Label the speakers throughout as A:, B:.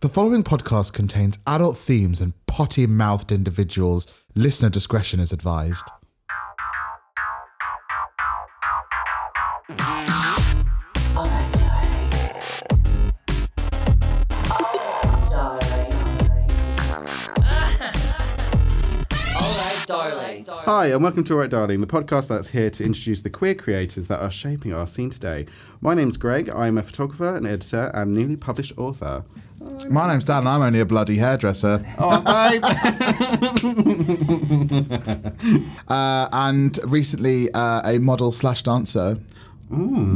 A: The following podcast contains adult themes and potty mouthed individuals. Listener discretion is advised.
B: Darling.
C: Hi, and welcome to All Right Darling, the podcast that's here to introduce the queer creators that are shaping our scene today. My name's Greg, I'm a photographer, an editor, and newly published author.
A: My name's Dan, and I'm only a bloody hairdresser.
C: Oh, hi!
A: Uh, and recently uh, a model slash dancer.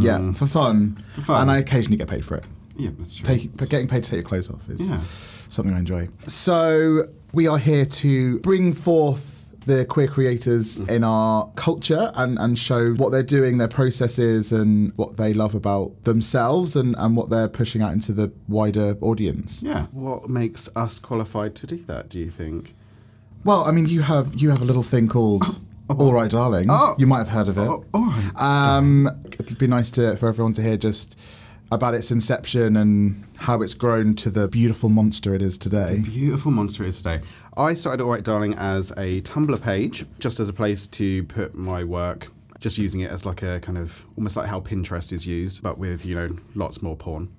A: Yeah, for fun. for
C: fun.
A: And I occasionally get paid for it.
C: yeah, that's true.
A: Take, but getting paid to take your clothes off is
C: Yeah.
A: something I enjoy. So we are here to bring forth the queer creators
C: Mm-hmm.
A: in our culture and, and show what they're doing, their processes, and what they love about themselves and, and what they're pushing out into the wider audience.
C: yeah. What makes us qualified to do that, do you think?
A: Well, I mean, you have you have a little thing called All Right, Darling.
C: Oh.
A: You might have heard of it.
C: Oh, all right.
A: Um, it'd be nice to, for everyone to hear just about its inception and how it's grown to the beautiful monster it is today.
C: Beautiful monster it is today. I started All Right Darling as a Tumblr page, just as a place to put my work, just using it as like a kind of almost like how Pinterest is used, but with, you know, lots more porn.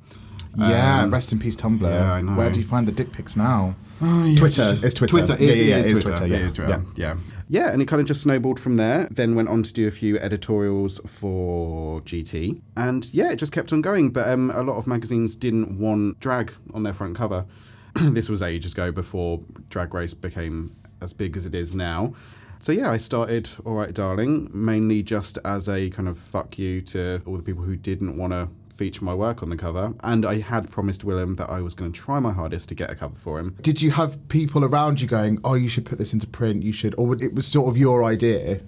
A: Yeah,
C: Um,
A: rest in peace, Tumblr.
C: yeah, I know.
A: Where do you find the dick pics now?
C: Oh, yeah.
A: Twitter. It's Twitter.
C: Twitter.
A: Yeah,
C: Is,
A: yeah, yeah, it
C: it is
A: is
C: Twitter.
A: Twitter,
C: Yeah, it
A: yeah,
C: is Twitter. Yeah. Yeah, and it kind of just snowballed from there. Then went on to do a few editorials for GT, and yeah, it just kept on going. But um, a lot of magazines didn't want drag on their front cover. this was ages ago before Drag Race became as big as it is now. So yeah, I started All Right Darling mainly just as a kind of fuck you to all the people who didn't want to feature my work on the cover, and I had promised Willem that I was going to try my hardest to get a cover for him.
A: Did you have people around you going, "Oh, you should put this into print. You should," or it was sort of your idea?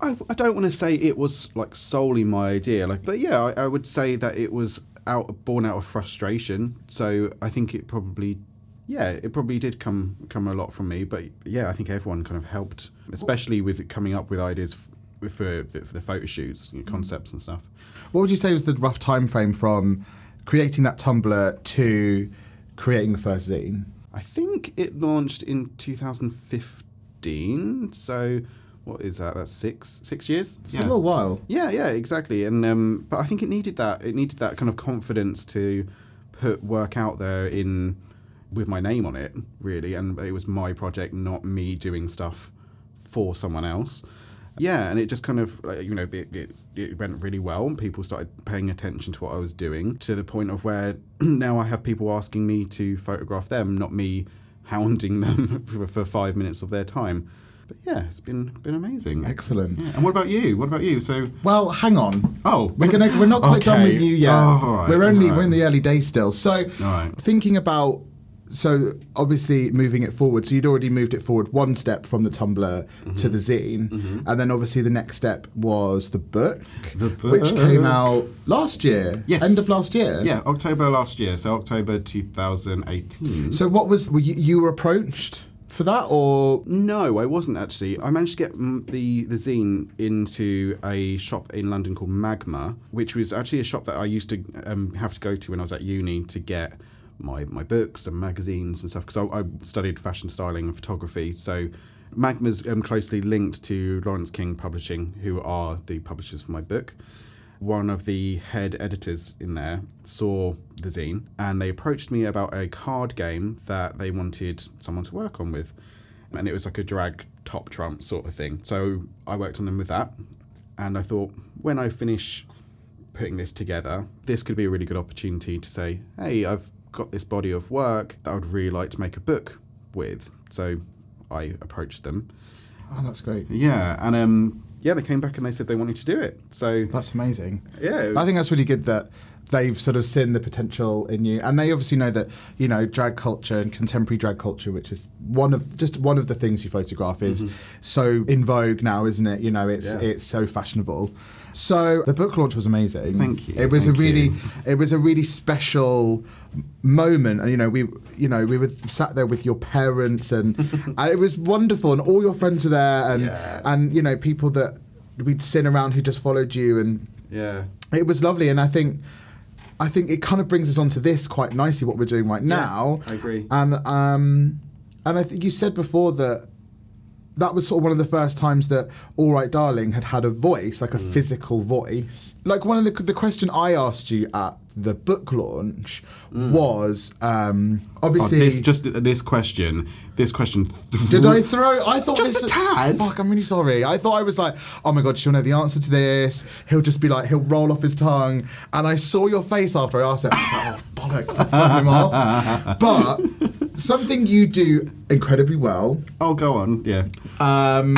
C: I, I don't want to say it was like solely my idea, like, but yeah, I, I would say that it was out born out of frustration. So I think it probably, yeah, it probably did come come a lot from me. But yeah, I think everyone kind of helped, especially with coming up with ideas f- for the, for the photo shoots,
A: Mm.
C: you know, concepts and stuff.
A: What would you say was the rough time frame from creating that Tumblr to creating the first zine?
C: I think it launched in 2015. So what is that? That's six six years.
A: It's a little while.
C: Yeah, yeah, exactly. And um, but I think it needed that. It needed that kind of confidence to put work out there in with my name on it, really. And it was my project, not me doing stuff for someone else. Yeah, and it just kind of like, you know it, it, it went really well. and People started paying attention to what I was doing to the point of where now I have people asking me to photograph them, not me hounding them for, for five minutes of their time. But yeah, it's been been amazing.
A: Excellent.
C: Yeah, And what about you? What about you? So,
A: Well, hang on.
C: oh,
A: We're gonna, we're not quite done with you yet. we're only we're in the early days still. So
C: right.
A: thinking about so obviously moving it forward. So you'd already moved it forward one step from the Tumblr to the
C: Mm-hmm.
A: zine, and then obviously the next step was the book,
C: The
A: which came
C: book.
A: out last year.
C: Yes.
A: end of last year.
C: yeah, October last year, so October 2018.
A: So what was were you, you were approached for that or?
C: no, I wasn't actually. I managed to get mm, the the zine into a shop in London called Magma, which was actually a shop that I used to um, have to go to when I was at uni to get my my books and magazines and stuff because I, I studied fashion styling and photography. So Magma's um, closely linked to Lawrence King Publishing, who are the publishers for my book. one of the head editors in there saw the zine and they approached me about a card game that they wanted someone to work on with. And it was like a drag top trump sort of thing. So I worked on them with that. And I thought, when I finish putting this together, this could be a really good opportunity to say, hey, I've got this body of work that I would really like to make a book with. So I approached them.
A: Oh, that's great.
C: Yeah. And um, yeah, they came back and they said they wanted to do it. So
A: That's amazing.
C: Yeah, it
A: I
C: was-
A: think that's really good that they've sort of seen the potential in you, and they obviously know that you know drag culture and contemporary drag culture, which is one of just one of the things you photograph, is so in vogue now, isn't it? You know, it's
C: Mm-hmm. Yeah.
A: it's so fashionable. So the book launch was amazing.
C: Thank you,
A: It was
C: thank
A: a really
C: you.
A: it was a really special moment and you know we you know we were sat there with your parents and, and it was wonderful and all your friends were there and
C: Yeah.
A: and you know people that we'd seen around who just followed you and
C: yeah.
A: it was lovely and i think I think it kind of brings us on to this quite nicely, what we're doing right now.
C: I agree.
A: And um, and I think you said before that that was sort of one of the first times that All Right Darling had had a voice, like a
C: Mm.
A: physical voice. Like one of the the question I asked you at the book launch
C: Mm.
A: was um,
C: Oh,
A: obviously.
C: this just this question. This question.
A: did I throw? I thought
C: Just
A: this
C: a tad.
A: Fuck, I'm really sorry. I thought I was like, oh my god, she'll know the answer to this. He'll just be like, he'll roll off his tongue. And I saw your face after I asked it. I was like, oh bollocks, I thrown him off. But something you do incredibly well
C: Oh, go on. Yeah.
A: um,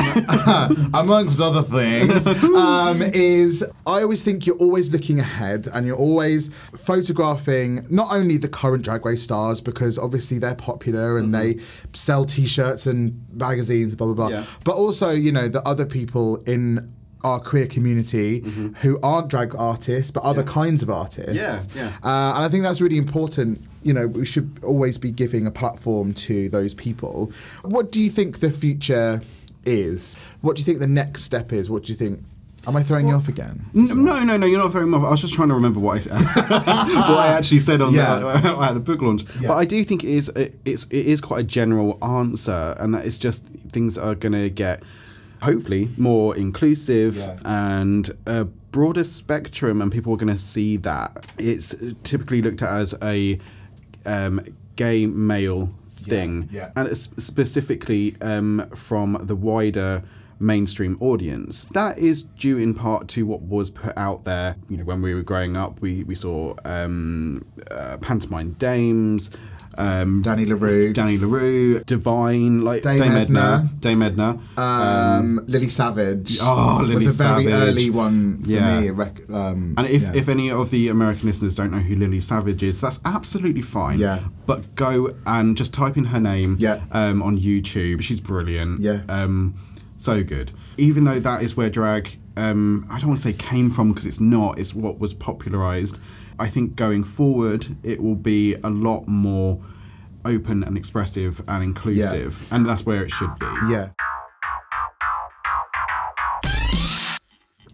A: amongst other things, um, is I always think you're always looking ahead and you're always photographing not only the current Drag Race stars because obviously they're popular and they sell T-shirts and magazines, blah blah blah,
C: Yeah.
A: but also you know the other people in our queer community who aren't drag artists but other kinds of artists.
C: Yeah, yeah.
A: Uh, and I think that's really important. You know, we should always be giving a platform to those people. What do you think the future is? What do you think the next step is? What do you think? Am I throwing you off again?
C: N- No, no, no, you're not throwing them off. I was just trying to remember what I, said- what I actually said on the,
A: Yeah.
C: at the book launch.
A: Yeah.
C: But I do think it is it- it's it is quite a general answer, and that it's just things are going to get hopefully more inclusive
A: Yeah.
C: and a broader spectrum, and people are going to see that it's typically looked at as a um, gay male thing,
A: yeah.
C: and it's specifically um, from the wider mainstream audience. That is due in part to what was put out there. You know, when we were growing up, we we saw um, uh, pantomime dames. Um,
A: Danny LaRue,
C: Danny LaRue, Divine, like
A: Dame
C: Dame, Edna, Dame Edna.
A: um, Lily Savage.
C: oh, Lily
A: was a very
C: Savage.
A: early one for
C: Yeah.
A: me. a Rec- um,
C: And if,
A: yeah.
C: if any of the American listeners don't know who Lily Savage is, that's absolutely fine.
A: Yeah.
C: But go and just type in her name
A: Yeah.
C: um, on YouTube. She's brilliant.
A: Yeah.
C: Um, so good. Even though that is where drag, um, I don't want to say came from because it's not, it's what was popularized. I think going forward, it will be a lot more open and expressive and inclusive. And that's where it should be.
A: yeah,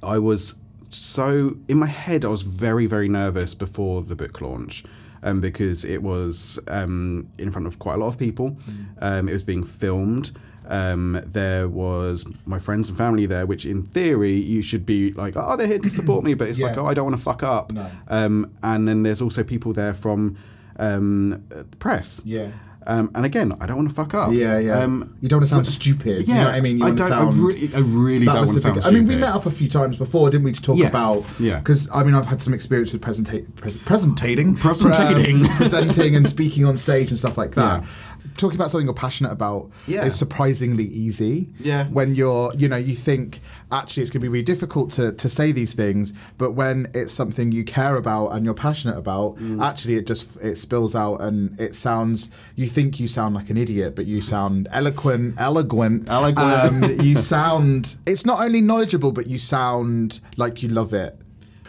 C: I was so in my head. I was very very nervous before the book launch, um, because it was um, in front of quite a lot of people.
A: Mm.
C: Um, it was being filmed. Um, there was my friends and family there, which in theory you should be like, oh, they're here to support me, but it's like,
A: Yeah.
C: oh, I don't want to fuck up.
A: No.
C: Um, and then there's also people there from um, the press.
A: Yeah.
C: Um, and again, I don't want to fuck up.
A: yeah, yeah.
C: Um,
A: you don't want to sound stupid.
C: yeah,
A: you know what I mean? You
C: I
A: want
C: don't.
A: to sound.
C: I, re- I really
A: that
C: don't
A: was
C: want to
A: the
C: sound
A: big. I
C: stupid.
A: mean, we met up a few times before, didn't we, to talk
C: Yeah.
A: about?
C: Yeah.
A: Because I mean, I've had some experience with presenta- pres- presentating,
C: Presentating.
A: pre- presenting, and speaking on stage and stuff like that.
C: Yeah.
A: Talking about something you're passionate about
C: Yeah.
A: is surprisingly easy.
C: Yeah.
A: When you're, you know, you think actually it's going to be really difficult to, to say these things, but when it's something you care about and you're passionate about,
C: Mm.
A: actually it just it spills out and it sounds. You think you sound like an idiot, but you sound eloquent, eloquent,
C: Eloquent.
A: um, you sound it's not only knowledgeable but you sound like you love it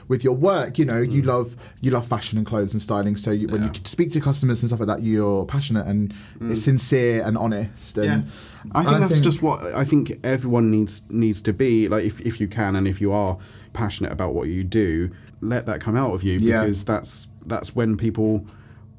A: with your work you know you love you love fashion and clothes and styling so you, when you
C: Mm. Yeah.
A: speak to customers and stuff like that you're passionate and it's sincere and honest and
C: I
A: and
C: think that's just what I think everyone needs needs to be like if, if you can and if you are passionate about what you do, let that come out of you
A: Yeah.
C: because that's that's when people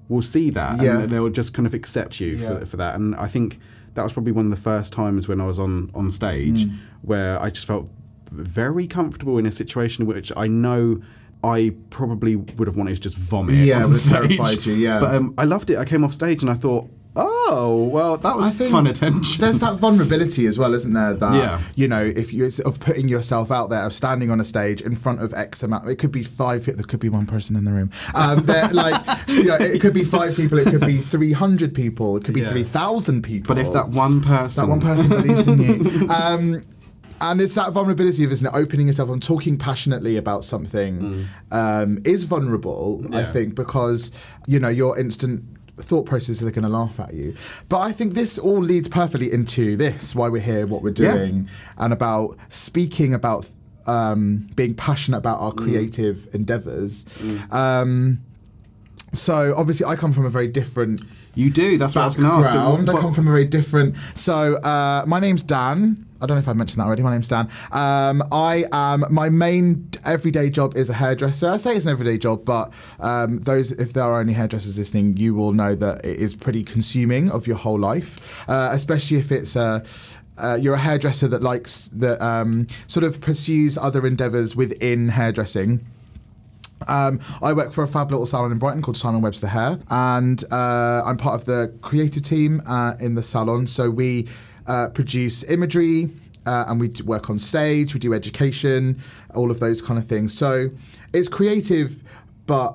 C: will see that
A: Yeah.
C: and they'll just kind of accept you
A: Yeah.
C: for, for that. And I think that was probably one of the first times when I was on on stage
A: Mm.
C: where I just felt very comfortable in a situation which I know I probably would have wanted to just vomit.
A: Yeah,
C: on
A: it would've
C: stage.
A: terrified you, yeah.
C: But um, I loved it. I came off stage and I thought, oh, well, that was
A: think
C: fun attention.
A: there's that vulnerability as well, isn't there? That
C: Yeah.
A: you know, if you it's of putting yourself out there, of standing on a stage in front of X amount, it could be five. pe- There could be one person in the room. Um, they're like, you know, it could be five people. It could be three hundred people. It could be
C: Yeah.
A: three thousand people.
C: But if that one person,
A: that one person believes in you. Um, and it's that vulnerability of isn't it opening yourself and talking passionately about something um, is vulnerable, I
C: Mm. Yeah.
A: think, because you know your instant thought processes are going to laugh at you. But I think this all leads perfectly into this: why we're here, what we're
C: Yeah.
A: doing, and about speaking about
C: Mm.
A: um, being passionate about our creative endeavors. Um, So obviously, I come from a very different
C: You do. That's what I was going to ask. So
A: background.
C: what-
A: I come from a very different. So uh, my name's Dan. I don't know if I mentioned that already. My name's Dan. Um, I am my main everyday job is a hairdresser. I say it's an everyday job, but um, those if there are any hairdressers listening, you will know that it is pretty consuming of your whole life, uh, especially if it's a. Uh, you're a hairdresser that likes that um, sort of pursues other endeavors within hairdressing. Um, I work for a fab little salon in Brighton called Simon Webster Hair, and uh, I'm part of the creative team uh, in the salon. So we uh, produce imagery, uh, and we d- work on stage, we do education, all of those kind of things. So it's creative, but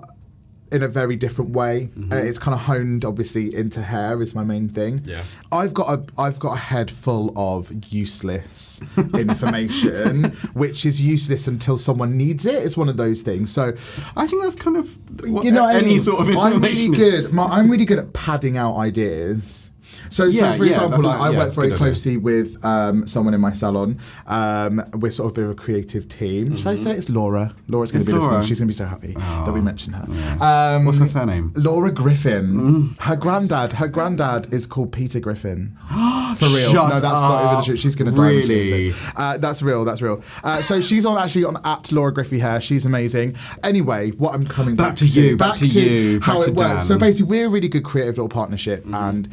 A: in a very different way. Uh, it's kind of honed, obviously, into hair is my main thing.
C: Yeah.
A: I've got a I've got a head full of useless information, which is useless until someone needs it. It's one of those things. So
C: I think that's kind of what,
A: you know, what I
C: any
A: mean?
C: sort of
A: I'm really
C: information.
A: good. My, I'm really good at padding out ideas. So,
C: Yeah,
A: so for
C: yeah,
A: example,
C: that's
A: like,
C: not-
A: I
C: yeah,
A: work
C: it's
A: very
C: good idea.
A: closely with um, someone in my salon. Um, we're sort of a bit of a creative team. Should I say it's Laura? Laura's going
C: Mm-hmm. It's
A: to be listening.
C: Laura. Oh,
A: She's going to be so happy that we mentioned her. Um,
C: What's her surname? Mm.
A: Laura Griffin. Her granddad. Her granddad is called Peter Griffin. For real. no,
C: Shut
A: that's not even the
C: up.
A: truth. She's going to die when she hears
C: Really?
A: this. Uh, that's real. That's real. Uh, so she's on actually on at Laura Griffey Hair. She's amazing. Anyway, what I'm coming back,
C: Back to you, back to you,
A: How
C: back
A: it
C: to
A: works. So
C: Dan. Mm-hmm.
A: basically, we're a really good creative little partnership, and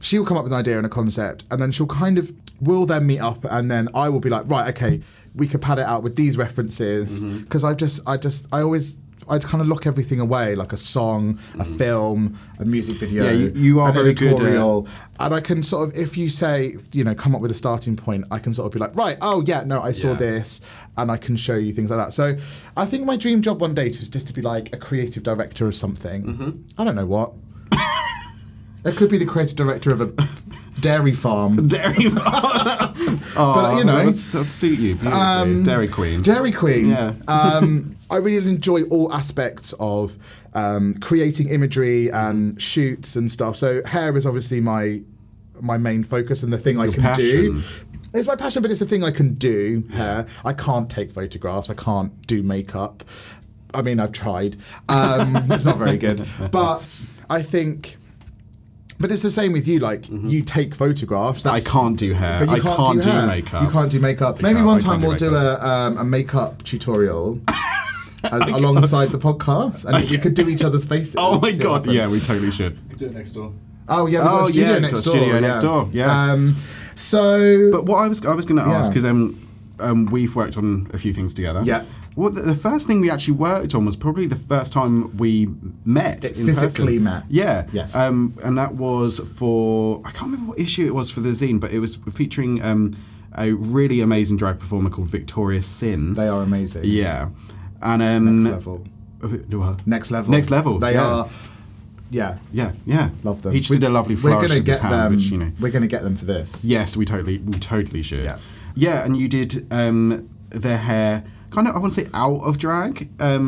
A: she will come up with an idea and a concept, and then she'll kind of we'll then meet up, and then I will be like, right, okay, we could pad it out with these references
C: Mm-hmm.
A: because I just, I just, I always. I'd kind of lock everything away, like a song, a film, a music video.
C: Mm-hmm. Yeah, you- you are
A: an
C: very good at-
A: editorial, and I can sort of, if you say, you know, come up with a starting point, I can sort of be like, right, oh yeah, no, I saw
C: Yeah.
A: this, and I can show you things like that. So I think my dream job one day is just to be like a creative director of something.
C: Mm-hmm.
A: I don't know what. it could be the creative director of a dairy farm.
C: Dairy Farm.
A: But, you know.
C: that would, that would Oh, suit you. Beautifully.
A: Um,
C: Dairy Queen.
A: Dairy Queen.
C: Yeah.
A: um, I really enjoy all aspects of um, creating imagery and shoots and stuff. So hair is obviously my my main focus and the thing I can do.
C: passion.
A: It's my passion, but it's the thing I can do. Hair. I can't take photographs. I can't do makeup. I mean, I've tried. Um, it's not very good, but I think. But it's the same with you. Like you take photographs.
C: Mm-hmm. I
A: That's
C: can't do hair.
A: but you
C: Uh, I
A: can't,
C: do,
A: hair.
C: makeup.
A: You can't do makeup. Maybe
C: can't-
A: one
C: I can't
A: time
C: do
A: we'll do a, um, a makeup tutorial as, alongside the podcast, and we could do each other's faces.
C: Oh my
A: See what
C: god!
A: happens.
C: Yeah, we totally should.
B: Do it next door.
A: Oh yeah. We've got
C: Oh,
A: a studio
C: yeah,
A: next
C: got a
A: door.
C: studio
A: yeah.
C: next door, yeah.
A: Um, so,
C: But what I was I was going to ask
A: Yeah.
C: because um, um, we've worked on a few things together.
A: Yeah.
C: Well, the, the first thing we actually worked on was probably the first time we met in
A: physically
C: person.
A: met.
C: Yeah.
A: Yes.
C: Um, and that was for I can't remember what issue it was for the zine, but it was featuring um, a really amazing drag performer called Victoria Sin.
A: they are amazing.
C: yeah. And um,
A: Next level.
C: what?
A: Next level.
C: Next level,
A: They
C: yeah.
A: are. Yeah.
C: Yeah, yeah.
A: Love them.
C: He just
A: We-
C: did a lovely flourish
A: We're gonna
C: with his
A: get
C: hand,
A: them.
C: which you know.
A: We're going to get them for this.
C: Yes, we totally, we totally should.
A: Yeah.
C: Yeah, and you did um, their hair kind of, I want to say, out of drag, because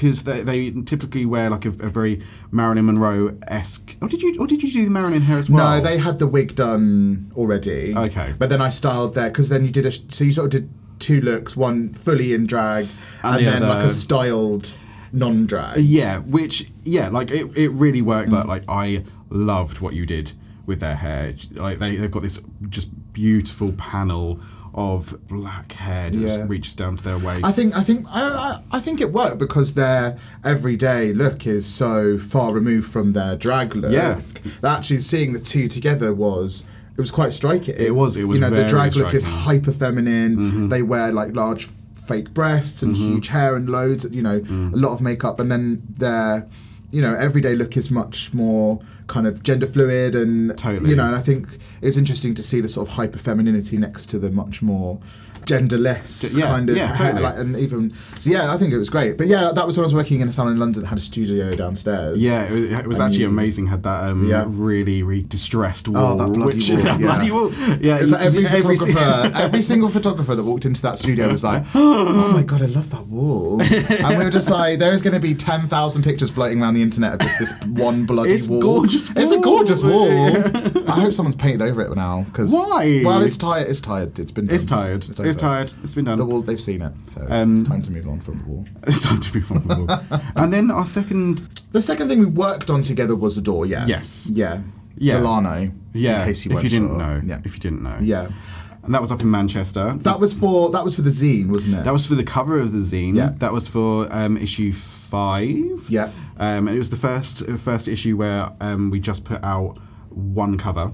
C: they, they typically wear like a, a very Marilyn Monroe esque. Or did you, or did you do the Marilyn hair as well?
A: No, they had the wig done already.
C: Okay.
A: But then I styled there because then you did a so you sort of did two looks, one fully in drag, and,
C: And the
A: then like a
C: other-
A: styled non-drag.
C: Yeah, which yeah, like it, it really worked. But like I loved what you did with their hair. Like they they've got this just beautiful panel of black hair that just
A: Yeah.
C: reaches down to their waist.
A: I think I think I, I, I think it worked because their everyday look is so far removed from their drag look.
C: Yeah.
A: that actually seeing the two together was. It was quite striking.
C: It was- it was
A: You know, the
C: very
A: drag look is
C: striking. Mm-hmm.
A: hyper feminine. They wear like large fake breasts and huge hair and loads. You know,
C: Mm.
A: a lot of makeup, and then their, you know, everyday look is much more kind of gender fluid and
C: Totally.
A: You know, and I think it's interesting to see the sort of hyper femininity next to the much more genderless
C: Yeah,
A: kind of
C: yeah,
A: hair,
C: totally.
A: like, and even so yeah i think it was great but yeah that was when i was working in a salon in london had a studio downstairs
C: Yeah, it was, it was actually amazing. Had that um,
A: Yeah. Oh,
C: really, really distressed wall.
A: that bloody
C: which,
A: wall,
C: That
A: yeah.
C: bloody wall. Yeah,
A: it was like every,
C: si-
A: photographer, every single photographer that walked into that studio was like, "Oh my god, I love that wall!" And we were just like, "There is going to be ten thousand pictures floating around the internet of just this one bloody
C: It's
A: wall."
C: gorgeous
A: It's
C: gorgeous
A: a
C: wall.
A: gorgeous wall. I hope someone's painted over it now. Cause,
C: Why?
A: Well, it's tired. It's tired. It's been.
C: It's
A: done.
C: tired. It's,
A: over.
C: tired. It's been done.
A: The wall. They've seen it. So
C: Um,
A: it's time to move on from the wall.
C: It's time to move on. From the wall. and then our second,
A: The second thing we worked on together was the door. Yeah.
C: Yes.
A: Yeah.
C: Yeah.
A: Delano.
C: yeah,
A: In case you
C: if
A: weren't
C: you didn't
A: sure.
C: know,
A: Yeah.
C: if you didn't know,
A: Yeah.
C: and that was up in Manchester.
A: That was for that was for the zine, wasn't it?
C: That was for the cover of the zine.
A: Yeah.
C: That was for um, issue five.
A: Yeah.
C: Um, and it was the first first issue where um, we just put out one cover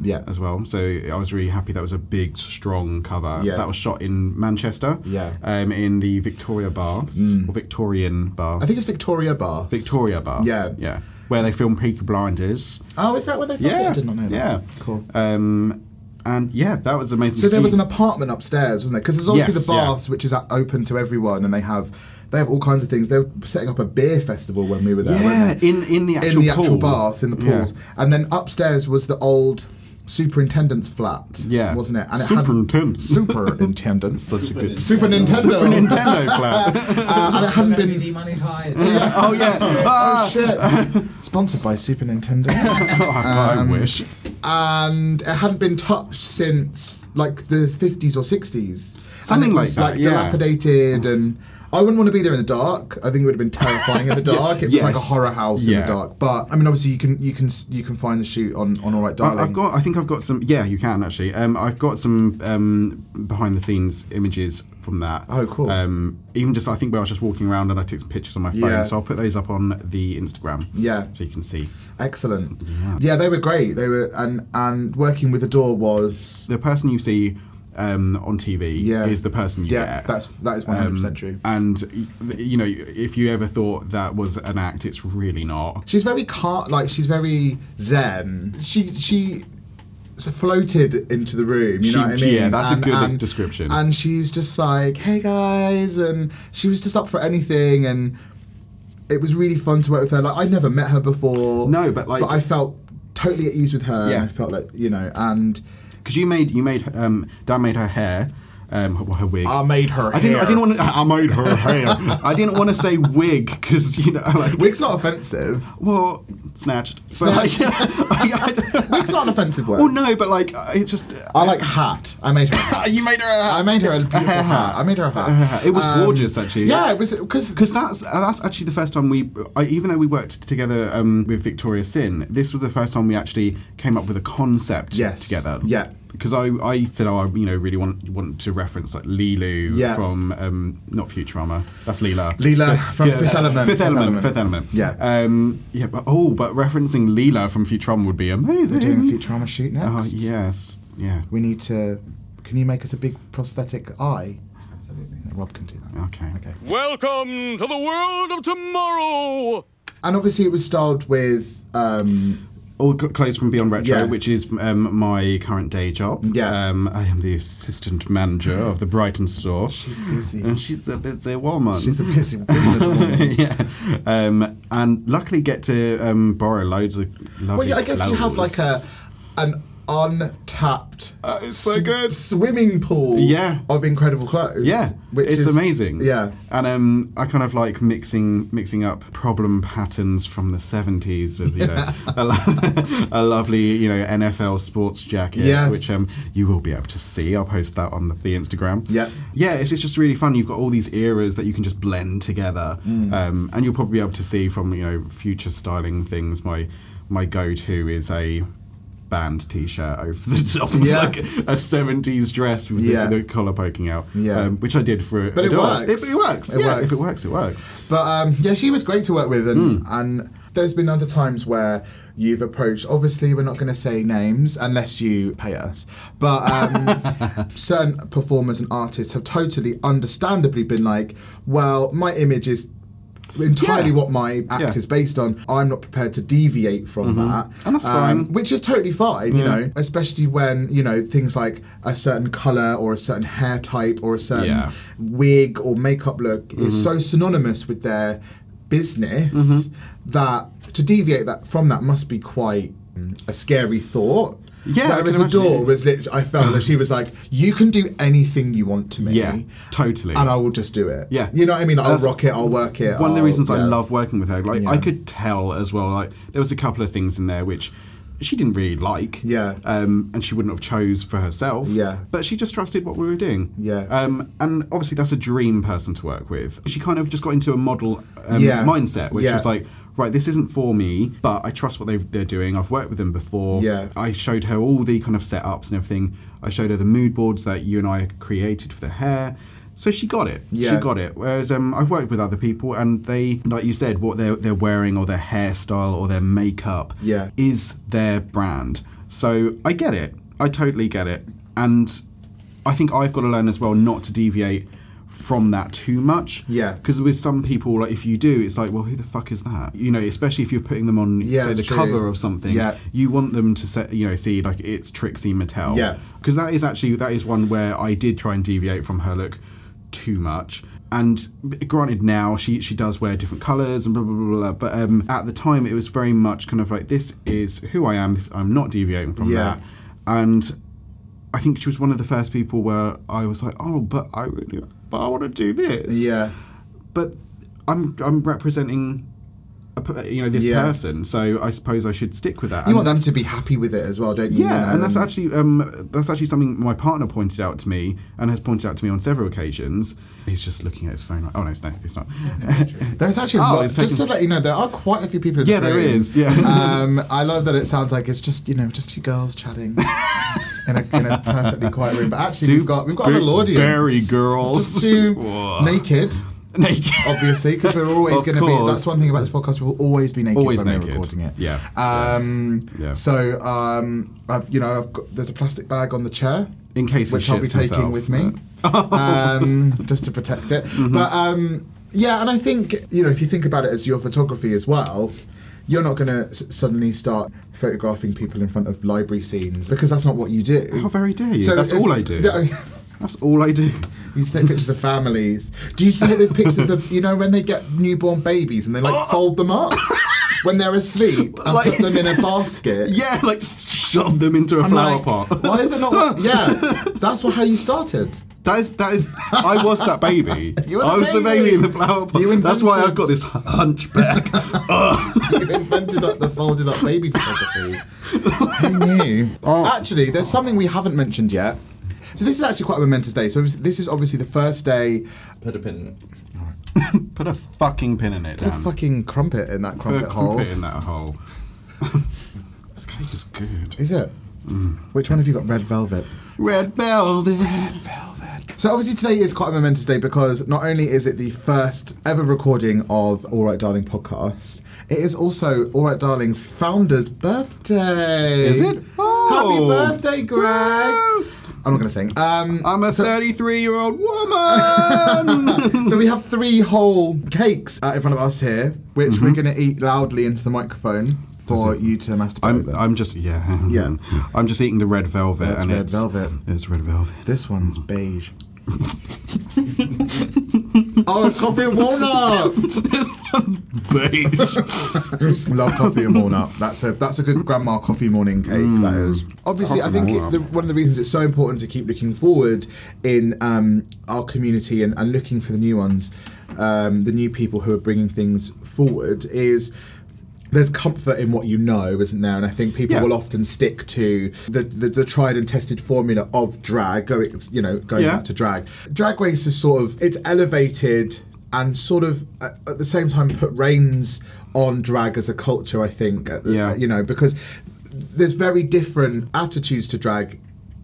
A: yeah.
C: as well. So I was really happy. That was a big, strong cover.
A: Yeah.
C: That was shot in Manchester.
A: Yeah. Mm.
C: Um, in the Victoria Baths or Victorian Baths.
A: I think it's Victoria Bar.
C: Victoria Baths.
A: Yeah.
C: Yeah. Where they filmed Peaky Blinders.
A: Oh, is that where they filmed it?
C: Yeah.
A: I did not know that.
C: Yeah.
A: Cool.
C: Um, and yeah, that was amazing.
A: So there was
C: She-
A: an apartment upstairs, wasn't there? Because there's obviously
C: Yes,
A: the
C: yeah.
A: baths, which is uh, open to everyone, and they have they have all kinds of things. They were setting up a beer festival when we were there. weren't
C: yeah
A: they?
C: in in the actual
A: in the actual
C: pool.
A: bath in the
C: Yeah.
A: pools, and then upstairs was the old superintendent's flat.
C: Yeah.
A: wasn't it? And it
C: Superintendent.
A: had superintendent. Such
C: a good-
A: Super Nintendo.
C: Super Nintendo flat.
A: Uh, and it hadn't been
B: DVD money's high. It's
C: oh yeah.
A: Oh
C: Ah.
A: shit! Sponsored by Super Nintendo,
C: Oh, God,
A: Um,
C: I wish.
A: and it hadn't been touched since like the fifties or sixties.
C: Something
A: and it
C: like
A: was,
C: that,
A: like
C: yeah.
A: dilapidated, and I wouldn't want to be there in the dark. I think it would have been terrifying in the dark. It was like a
C: Yes.
A: horror house in
C: Yeah.
A: the dark. But I mean, obviously, you can you can s- you can find the shoot on on All Right
C: I-
A: Darling.
C: I've got. I think I've got some. Yeah, you can actually. Um, I've got some um, behind the scenes images from that.
A: Oh, cool.
C: Um, even just I think where I was just walking around and I took some pictures on my phone.
A: Yeah.
C: So I'll put those up on the Instagram.
A: Yeah.
C: So you can see.
A: excellent. Yeah. they were great. They were and and working with the door was
C: the person you see um, on TV
A: Yeah.
C: is the person you
A: yeah.
C: get. Um,
A: That's that is one hundred percent true.
C: and y- you know, if you ever thought that was an act, it's really not.
A: She's very calm, like she's very zen. She she so floated into the room. You
C: She-
A: know what I mean?
C: yeah, that's a good description.
A: And she's just like, "Hey guys," and she was just up for anything, and it was really fun to work with her. Like I'd never met her before.
C: No, but, like-
A: but I felt totally at ease with her.
C: Yeah.
A: and I felt like you know, and
C: Because you made you made um, Dan made her hair, um, her, her wig.
A: made her.
C: I didn't. I didn't want. To, I made her hair. I didn't want to say wig because you know, like,
A: Wig's not offensive.
C: well, snatched. So like, I, I,
A: Wig's not an offensive word.
C: well, Oh, no, but like, uh, it just.
A: I like hat. I made her. A hat.
C: You made her a hat.
A: I made her a beautiful hat. I made her a hat. Um,
C: It was gorgeous, actually.
A: Yeah, it was because
C: because that's uh, that's actually the first time we, I, even though we worked together um, with Victoria Sin, this was the first time we actually came up with a concept
A: Yes.
C: together.
A: Yeah.
C: Because I, I said, oh, I you know really want want to reference like Lilu
A: Yeah.
C: from um, not Futurama, that's Leela.
A: Leela from
C: Yeah.
A: Fifth Element.
C: Fifth Element. Fifth Element.
A: Yeah.
C: Um, yeah, but oh, but referencing Leela from Futurama would be amazing.
A: We're doing a Futurama shoot
C: Oh
A: next.
C: yes, yeah.
A: We need to. Can you make us a big prosthetic eye?
B: Absolutely.
A: Rob can do that.
C: Okay.
A: Okay.
D: Welcome to the world of tomorrow.
A: And obviously, it was styled with. Um,
C: All c- closed from Beyond Retro,
A: Yeah.
C: which is um, my current day job.
A: Yeah.
C: Um, I am the assistant manager of the Brighton store. She's
A: busy.
C: And she's the busy woman.
A: she's the busy businesswoman.
C: yeah. Um, and luckily get to um, borrow loads of lovely
A: well, yeah, I guess you have like
C: clothes.
A: a an untapped.
C: Uh, it's so good.
A: Swimming pool.
C: Yeah.
A: Of incredible clothes.
C: Yeah,
A: Which
C: it's
A: is
C: amazing.
A: Yeah.
C: and um, I kind of like mixing mixing up problem patterns from the seventies with you know a, lo- a lovely you know NFL sports jacket,
A: Yeah.
C: which um you will be able to see. I'll post that on the, the Instagram.
A: Yeah.
C: yeah, it's, it's just really fun. You've got all these eras that you can just blend together,
A: Mm.
C: um, and you'll probably be able to see from you know future styling things. My my go to is a band t-shirt over the top of
A: Yeah.
C: like a 70s dress with the-
A: Yeah.
C: the, collar poking out
A: Yeah.
C: um, which I did for.
A: But it
C: Adore.
A: works.
C: It, it works.
A: It
C: yeah,
A: works.
C: if it works, it works.
A: But um, yeah, she was great to work with, and,
C: Hmm.
A: and there's been other times where you've approached. Obviously, we're not going to say names unless you pay us. But um, certain performers and artists have totally, understandably, been like, "Well, my image is." Entirely
C: Yeah.
A: what my act
C: Yeah. Mm-hmm.
A: is based on. I'm not prepared to deviate from that, um,
C: And that's fine.
A: Which is totally fine, you know. Especially when you know things like a certain color or a certain hair type or a certain
C: Yeah.
A: Um,
C: Mm-hmm.
A: wig or makeup look is so synonymous with their business that to deviate that from that must be quite mm, a scary thought.
C: Yeah, I can
A: Whereas
C: imagine
A: Adore
C: it.
A: was literally, I felt that she was like, you can do anything you want to me.
C: Yeah, totally.
A: And uh, I will just do it.
C: Yeah.
A: You know what I mean? Like, I'll
C: That's
A: rock it, I'll work it.
C: one of the
A: I'll-
C: reasons I
A: yeah.
C: love working with her. Like
A: Yeah.
C: I could tell as well. Like there was a couple of things in there which she didn't really like.
A: Yeah.
C: Um, and she wouldn't have chose for herself.
A: Yeah.
C: But she just trusted what we were doing.
A: Yeah.
C: Um, and obviously that's a dream person to work with. She kind of just got into a model um,
A: Yeah.
C: mindset, which
A: Yeah.
C: was like. Right, this isn't for me, but I trust what they, they're doing. I've worked with them before.
A: Yeah.
C: I showed her all the kind of setups and everything. I showed her the mood boards that you and I created for the hair. So she got it.
A: Yeah.
C: She got it. Whereas um, I've worked with other people and they, like you said, what they're, they're wearing or their hairstyle or their makeup
A: Yeah.
C: is their brand. So I get it. I totally get it. And I think I've got to learn as well not to deviate from that too much.
A: Yeah.
C: Because with some people, like if you do, it's like, well, who the fuck is that? You know, especially if you're putting them on,
A: Yeah,
C: say, the
A: that's true.
C: cover of something.
A: Yeah.
C: You want them to set, you know, see like it's Trixie Mattel.
A: Yeah.
C: Because that is actually that is one where I did try and deviate from her look too much. And granted, now she she does wear different colours and blah blah blah. blah but um, at the time, it was very much kind of like this is who I am. This I'm not deviating from
A: Yeah.
C: that. And I think she was one of the first people where I was like, oh, but I really, but I want to do this.
A: Yeah.
C: But I'm I'm representing. a p- You know this
A: Yeah.
C: person, so I suppose I should stick with that.
A: You
C: And
A: want them
C: that's-
A: to be happy with it as well, don't you?
C: yeah,
A: You know,
C: and that's actually um, that's actually something my partner pointed out to me and has pointed out to me on several occasions. He's just looking at his phone. Like, oh no, it's no, it's not.
A: There's actually a
C: Oh,
A: lot.
C: it's
A: Just to
C: taken-
A: let you know, there are quite a few people. In this
C: Yeah, there
A: room.
C: is, yeah.
A: um, I love that it sounds like it's just you know just two girls chatting in a, in a perfectly quiet room. But actually,
C: Two
A: we've got we've got a
C: big
A: little audience.
C: berry girls.
A: just two
C: Whoa.
A: naked.
C: Naked.
A: Obviously, because we're always
C: Of
A: going to be.
C: course.
A: That's one thing about this podcast. We will always be naked
C: Always
A: when
C: naked.
A: we're recording it.
C: Yeah.
A: Um,
C: Yeah.
A: So um, I've you know I've got, there's a plastic bag on the chair
C: In case he
A: which I'll be
C: shits
A: taking
C: himself.
A: with me, um, just to protect it.
C: Mm-hmm.
A: But um, yeah, and I think you know if you think about it as your photography as well, you're not going to s- suddenly start photographing people in front of library scenes because that's not what you do.
C: How very dare you? That's all I do.
A: No,
C: That's all I do.
A: you used to take pictures of families. Do you still take those pictures of the, you know, when they get newborn babies and they like fold them up when they're asleep and
C: Like-
A: put them in a basket?
C: Yeah, like shove them into a
A: I'm
C: flower
A: like,
C: pot.
A: Why is it not? yeah, that's what, how you started.
C: That is that is. I was that baby.
A: You were the
C: I was the
A: baby.
C: baby in the flower pot.
A: You
C: That's why
A: invented-
C: I've got this hunchback.
A: you invented up the folded up baby photography. Who knew?
C: Oh.
A: Actually, there's something we haven't mentioned yet. So this is actually quite a momentous day. So this is obviously the first day.
B: Put a pin in it.
C: Put a fucking pin in it,
A: Put a
C: Dan.
A: fucking crumpet in that
C: Put a
A: crumpet hole.
C: crumpet in that hole. this cake is good.
A: Is it?
C: Mm.
A: Which one have you got? Red velvet.
C: Red velvet.
A: So obviously today is quite a momentous day because not only is it the first ever recording of All Right Darling podcast, it is also All Right Darling's founder's birthday.
C: Is it?
A: Happy
C: Oh.
A: birthday, Greg!
C: Woo.
A: I'm not going to sing. Um,
C: I'm a 33 year old woman.
A: so we have three whole cakes uh, in front of us here, which we're
C: Mm-hmm.
A: going to eat loudly into the microphone for you to masturbate.
C: I'm,
A: over.
C: I'm just yeah
A: Yeah.
C: I'm just eating the red velvet.
A: That's
C: and
A: red
C: it's,
A: velvet.
C: It's red velvet.
A: This one's beige. oh, it's coffee and walnut.
C: Beige.
A: Love coffee and walnut. That's a that's a good grandma coffee morning cake. That is obviously. I
C: Coffee
A: think
C: and
A: it,
C: walnut.
A: the, one of the reasons it's so important to keep looking forward in um, our community and, and looking for the new ones, um, the new people who are bringing things forward is. There's comfort in what you know, isn't there? And I think people
C: Yeah.
A: will often stick to the, the, the tried and tested formula of drag. Going, you know, going
C: Yeah.
A: back to drag. Drag race is sort of it's elevated and sort of uh, at the same time put reins on drag as a culture. I think, at the-
C: Yeah.
A: you know, because there's very different attitudes to drag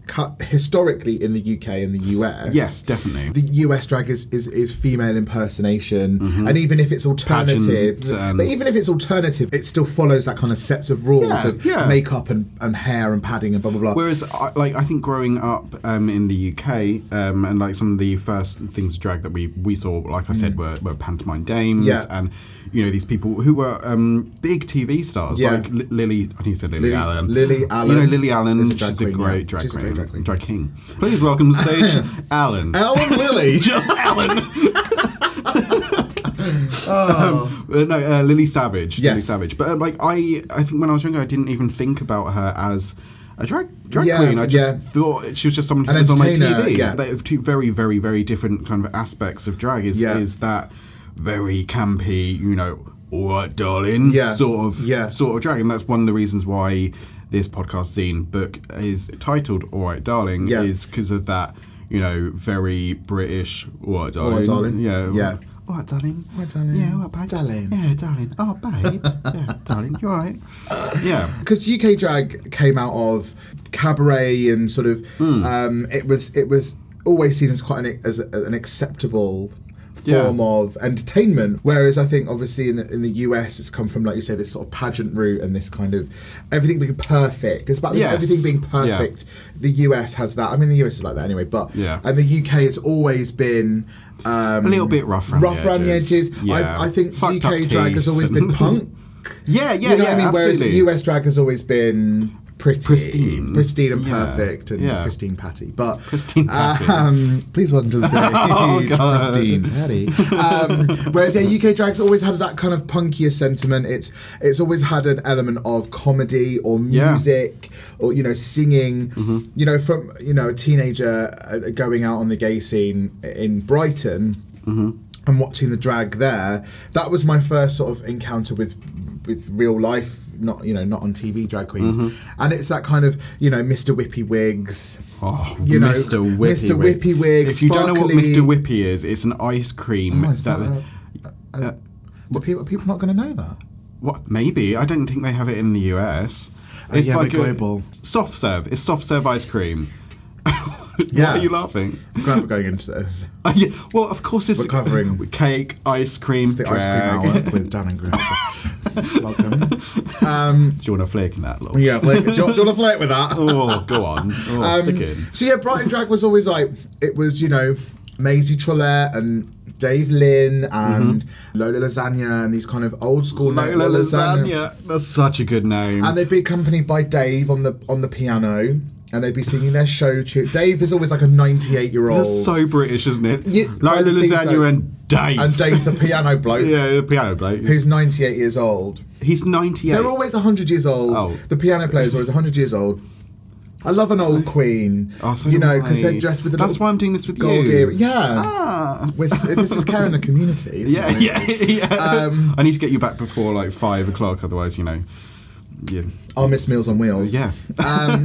A: cu- historically in the UK and the US.
C: Yes, definitely.
A: The US drag is is, is female impersonation, and even if it's alternative,
C: Mm-hmm. Pageant, um,
A: but even if it's alternative, it still follows that kind of sets of rules
C: Yeah,
A: of
C: yeah.
A: makeup and, and hair and padding and blah blah blah.
C: Whereas, I, like, I think growing up um, in the UK, um, and like some of the first things of drag that we, we saw, like I said, were, were pantomime dames,
A: Mm. Yeah.
C: and you know these people who were um, big TV stars,
A: Yeah.
C: like Li- Lily. I think you said Lily
A: Lily's-
C: Allen.
A: Lily
C: You know
A: Allen
C: Lily Allen.
A: is a drag
C: she's a
A: queen,
C: great
A: yeah.
C: drag
A: She's a
C: queen.
A: great drag queen.
C: king. Please welcome to the stage, Allen.
A: Alan Lily.
C: Just Allen. Um, uh, no, uh, Lily Savage. Lily
A: Oh. Yes.
C: Savage. But uh, like I, I think when I was younger, I didn't even think about her as a drag drag
A: Yeah,
C: queen. I just
A: yeah.
C: thought she was just someone who
A: An
C: was on my
A: entertainer,
C: TV.
A: yeah.
C: They are two very, very, very different kind of aspects of drag. Is
A: Yeah.
C: is that very campy? You know, all right, darling.
A: Yeah.
C: Sort of.
A: Yeah.
C: Sort of drag, and that's one of the reasons why this podcast scene book is titled "All Right, Darling."
A: Yeah.
C: Is because of that. You know, very British. All right, darling.
A: darling.
C: Yeah.
A: Yeah.
C: All right, darling.
A: All right, darling.
C: Yeah, all right, babe.
A: Darling.
C: Yeah, darling. Oh, babe. yeah, darling. You all right? Yeah.
A: because UK drag came out of cabaret and sort of
C: Hmm.
A: um, it was it was always seen as quite an as a- an acceptable
C: Yeah.
A: form of entertainment whereas i think obviously in, in the us it's come from like you say this sort of pageant route and this kind of everything being perfect it's about this
C: Yes.
A: everything being
C: Yeah.
A: perfect the us has that i mean the us is like that anyway but
C: Yeah.
A: and the uk has always been um,
C: A little bit rough around
A: rough
C: the
A: around the
C: edges.
A: edges
C: Yeah.
A: I, I think
C: Fucked up
A: uk drag
C: teeth
A: has always
C: and-
A: been punk
C: Yeah, yeah,
A: you know
C: yeah.
A: what I mean? Whereas
C: absolutely.
A: US drag has always been pretty,
C: Pristine.
A: pristine and
C: Yeah.
A: perfect, and
C: Yeah.
A: pristine patty. But
C: Pristine patty. Oh,
A: Um, please welcome to the stage,
C: God.
A: pristine patty. Um, whereas yeah, UK drag's always had that kind of punkier sentiment. It's it's always had an element of comedy or
C: Yeah.
A: music or you know singing. You know, from you know a teenager uh, going out on the gay scene in Brighton. And watching the drag there, that was my first sort of encounter with with real life, not you know, not on TV drag queens. And it's that kind of you know, Mr. Whippy wigs.
C: Oh,
A: you know,
C: Mr. Whippy.
A: Mr.
C: Wig.
A: Whippy Wig,
C: If you don't know what
A: sparkly-
C: Mr. Whippy is, it's an ice cream
A: Oh, is
C: that. uh,
A: that a- a- Do people, are people not going to know that?
C: What? Maybe I don't think they have it in the US.
A: Uh, yeah, but global.
C: soft serve. It's soft serve ice cream. Why
A: Yeah.
C: are you laughing?
A: I'm glad we're going into this.
C: Uh, yeah, well, of course, it's
A: We're covering-
C: cake, ice cream,
A: It's the ice cream
C: drag.
A: hour with Dan and Greg. Welcome. Um,
C: Do you want to flake in that, love?
A: yeah, like, do, you, do you want to flirt with that?
C: Oh, go on. Oh,
A: Um,
C: stick in.
A: So yeah, Brighton Drag was always like it was, you know, Maisie Trollet and Dave Lynn and Lola Lasagna and these kind of old school
C: Mm-hmm. Lola Lasagna. That's such a good name.
A: and they'd be accompanied by Dave on the on the piano, and they'd be singing their show tune. Dave is always like a ninety-eight year old,
C: That's so British, isn't it?
A: You-
C: Lola
A: I think so.
C: Lasagna and Dave.
A: and Dave the piano bloke,
C: Yeah, the piano bloke.
A: who's ninety-eight years old.
C: He's 98.
A: They're always hundred years old.
C: Oh.
A: The piano player's always hundred years old. I love an old queen,
C: Oh, so
A: you know,
C: do I.
A: because they're dressed with the
C: That's
A: little
C: why I'm doing this with
A: gold
C: you.
A: earring. Yeah,
C: Ah.
A: We're s- this is caring the community. Isn't
C: Yeah,
A: it?
C: yeah, yeah.
A: Um,
C: I need to get you back before like five o'clock, otherwise, you know. Yeah.
A: I'll miss Meals on Wheels.
C: Yeah.
A: Um,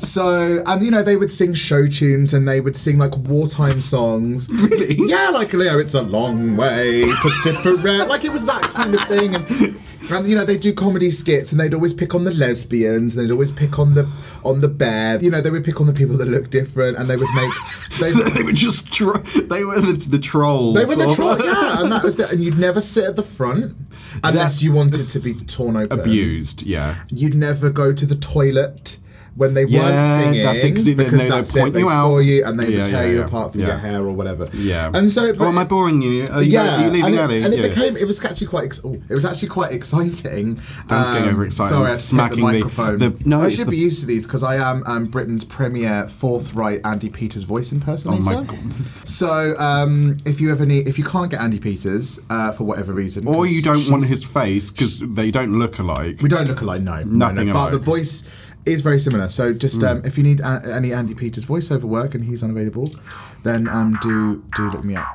A: so, and you know, they would sing show tunes and they would sing like wartime songs. Really? Yeah, like, you know, it's a long way to different. like, it was that kind of thing. And, and you know they do comedy skits, and they'd always pick on the lesbians, and they'd always pick on the on the bear. You know they would pick on the people that look different, and they would make they,
C: they were just tro- they were the, the trolls.
A: they were the
C: or-
A: troll, yeah, and that was the, and you'd never sit at the front unless you wanted to be torn open.
C: abused. Yeah.
A: you'd never go to the toilet when they
C: Yeah,
A: weren't singing
C: that's it, 'cause they-
A: because
C: they- they
A: that's
C: point
A: it. They
C: you
A: saw
C: out.
A: you and they
C: Yeah,
A: would tear
C: yeah,
A: you
C: yeah,
A: apart from your
C: yeah.
A: hair or whatever.
C: Yeah.
A: and so
C: oh, am I boring you? Are you,
A: yeah,
C: are you leaving
A: and,
C: early?
A: it, and it
C: Yeah.
A: became it was actually quite ex- oh, it was actually quite exciting. Um,
C: Dan's getting overexcited and
A: Sorry, I just hit
C: smacking
A: the
C: the-
A: microphone.
C: the- no,
A: I
C: it's
A: should
C: the-
A: be used to these because I am um, Britain's premier forthright Andy Peters voice impersonator.
C: Oh God.
A: So um, if you ever need, if you can't get Andy Peters uh, for whatever reason,
C: or
A: 'cause
C: you don't
A: she's
C: want his face because they don't look alike.
A: we don't look alike, no. no,
C: Nothing Mm.
A: no. But
C: alike.
A: the voice is very similar. So just um, if you need a- any Andy Peters voiceover work and he's unavailable, then um, do do look me up.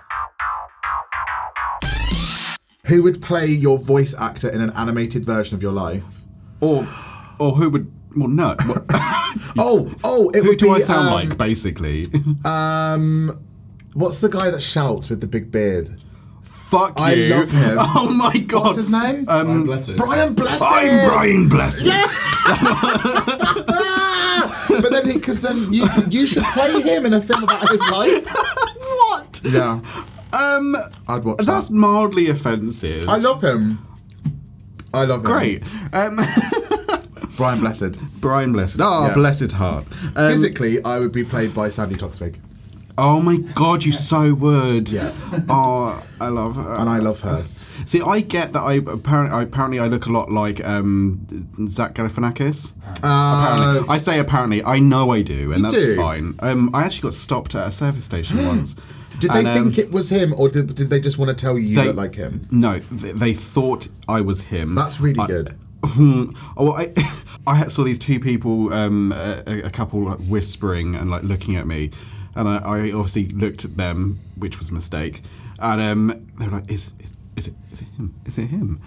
A: Who would play your voice actor in an animated version of your life?
C: Or, or who would? Well, no. Well,
A: Oh, oh, it
C: who
A: would
C: do
A: be.
C: I sound
A: um,
C: like? Basically,
A: Um, what's the guy that shouts with the big beard?
C: fuck
A: I
C: you.
A: love him.
C: Oh my god. Um,
A: What's his name?
B: Brian Blessed.
A: Brian Blessed.
C: I'm Brian Blessed.
A: Ah! but then, because then you you should play him in a film about his life.
C: what?
A: Yeah,
C: Um,
A: I'd watch that.
C: that's mildly offensive.
A: I love him. I love him. Um,
C: Great. Um,
A: Brian Blessed.
C: Brian Blessed. Ah,
A: Yeah.
C: blessed heart. Um,
A: Physically, I would be played by Sandy Toksvig.
C: oh my God, you so would.
A: Yeah.
C: Oh, I love her.
A: And I love her.
C: See, I get that. I apparently, I, apparently, I look a lot like um, Zach Galifianakis.
A: Uh,
C: Apparently. I say apparently. I know I do, and that's
A: do?
C: fine. Um, I actually got stopped at a service station once.
A: Did they
C: And, um,
A: think it was him, or did, did they just want to tell you you
C: They-
A: look like him?
C: No, they, they thought I was him.
A: That's really
C: I-
A: good.
C: Hmm. oh, I, I had- saw these two people, um, a, a couple like, whispering and like looking at me, and I, I obviously looked at them, which was a mistake. And um, they were like, "Is is, is it is it him? Is it him?"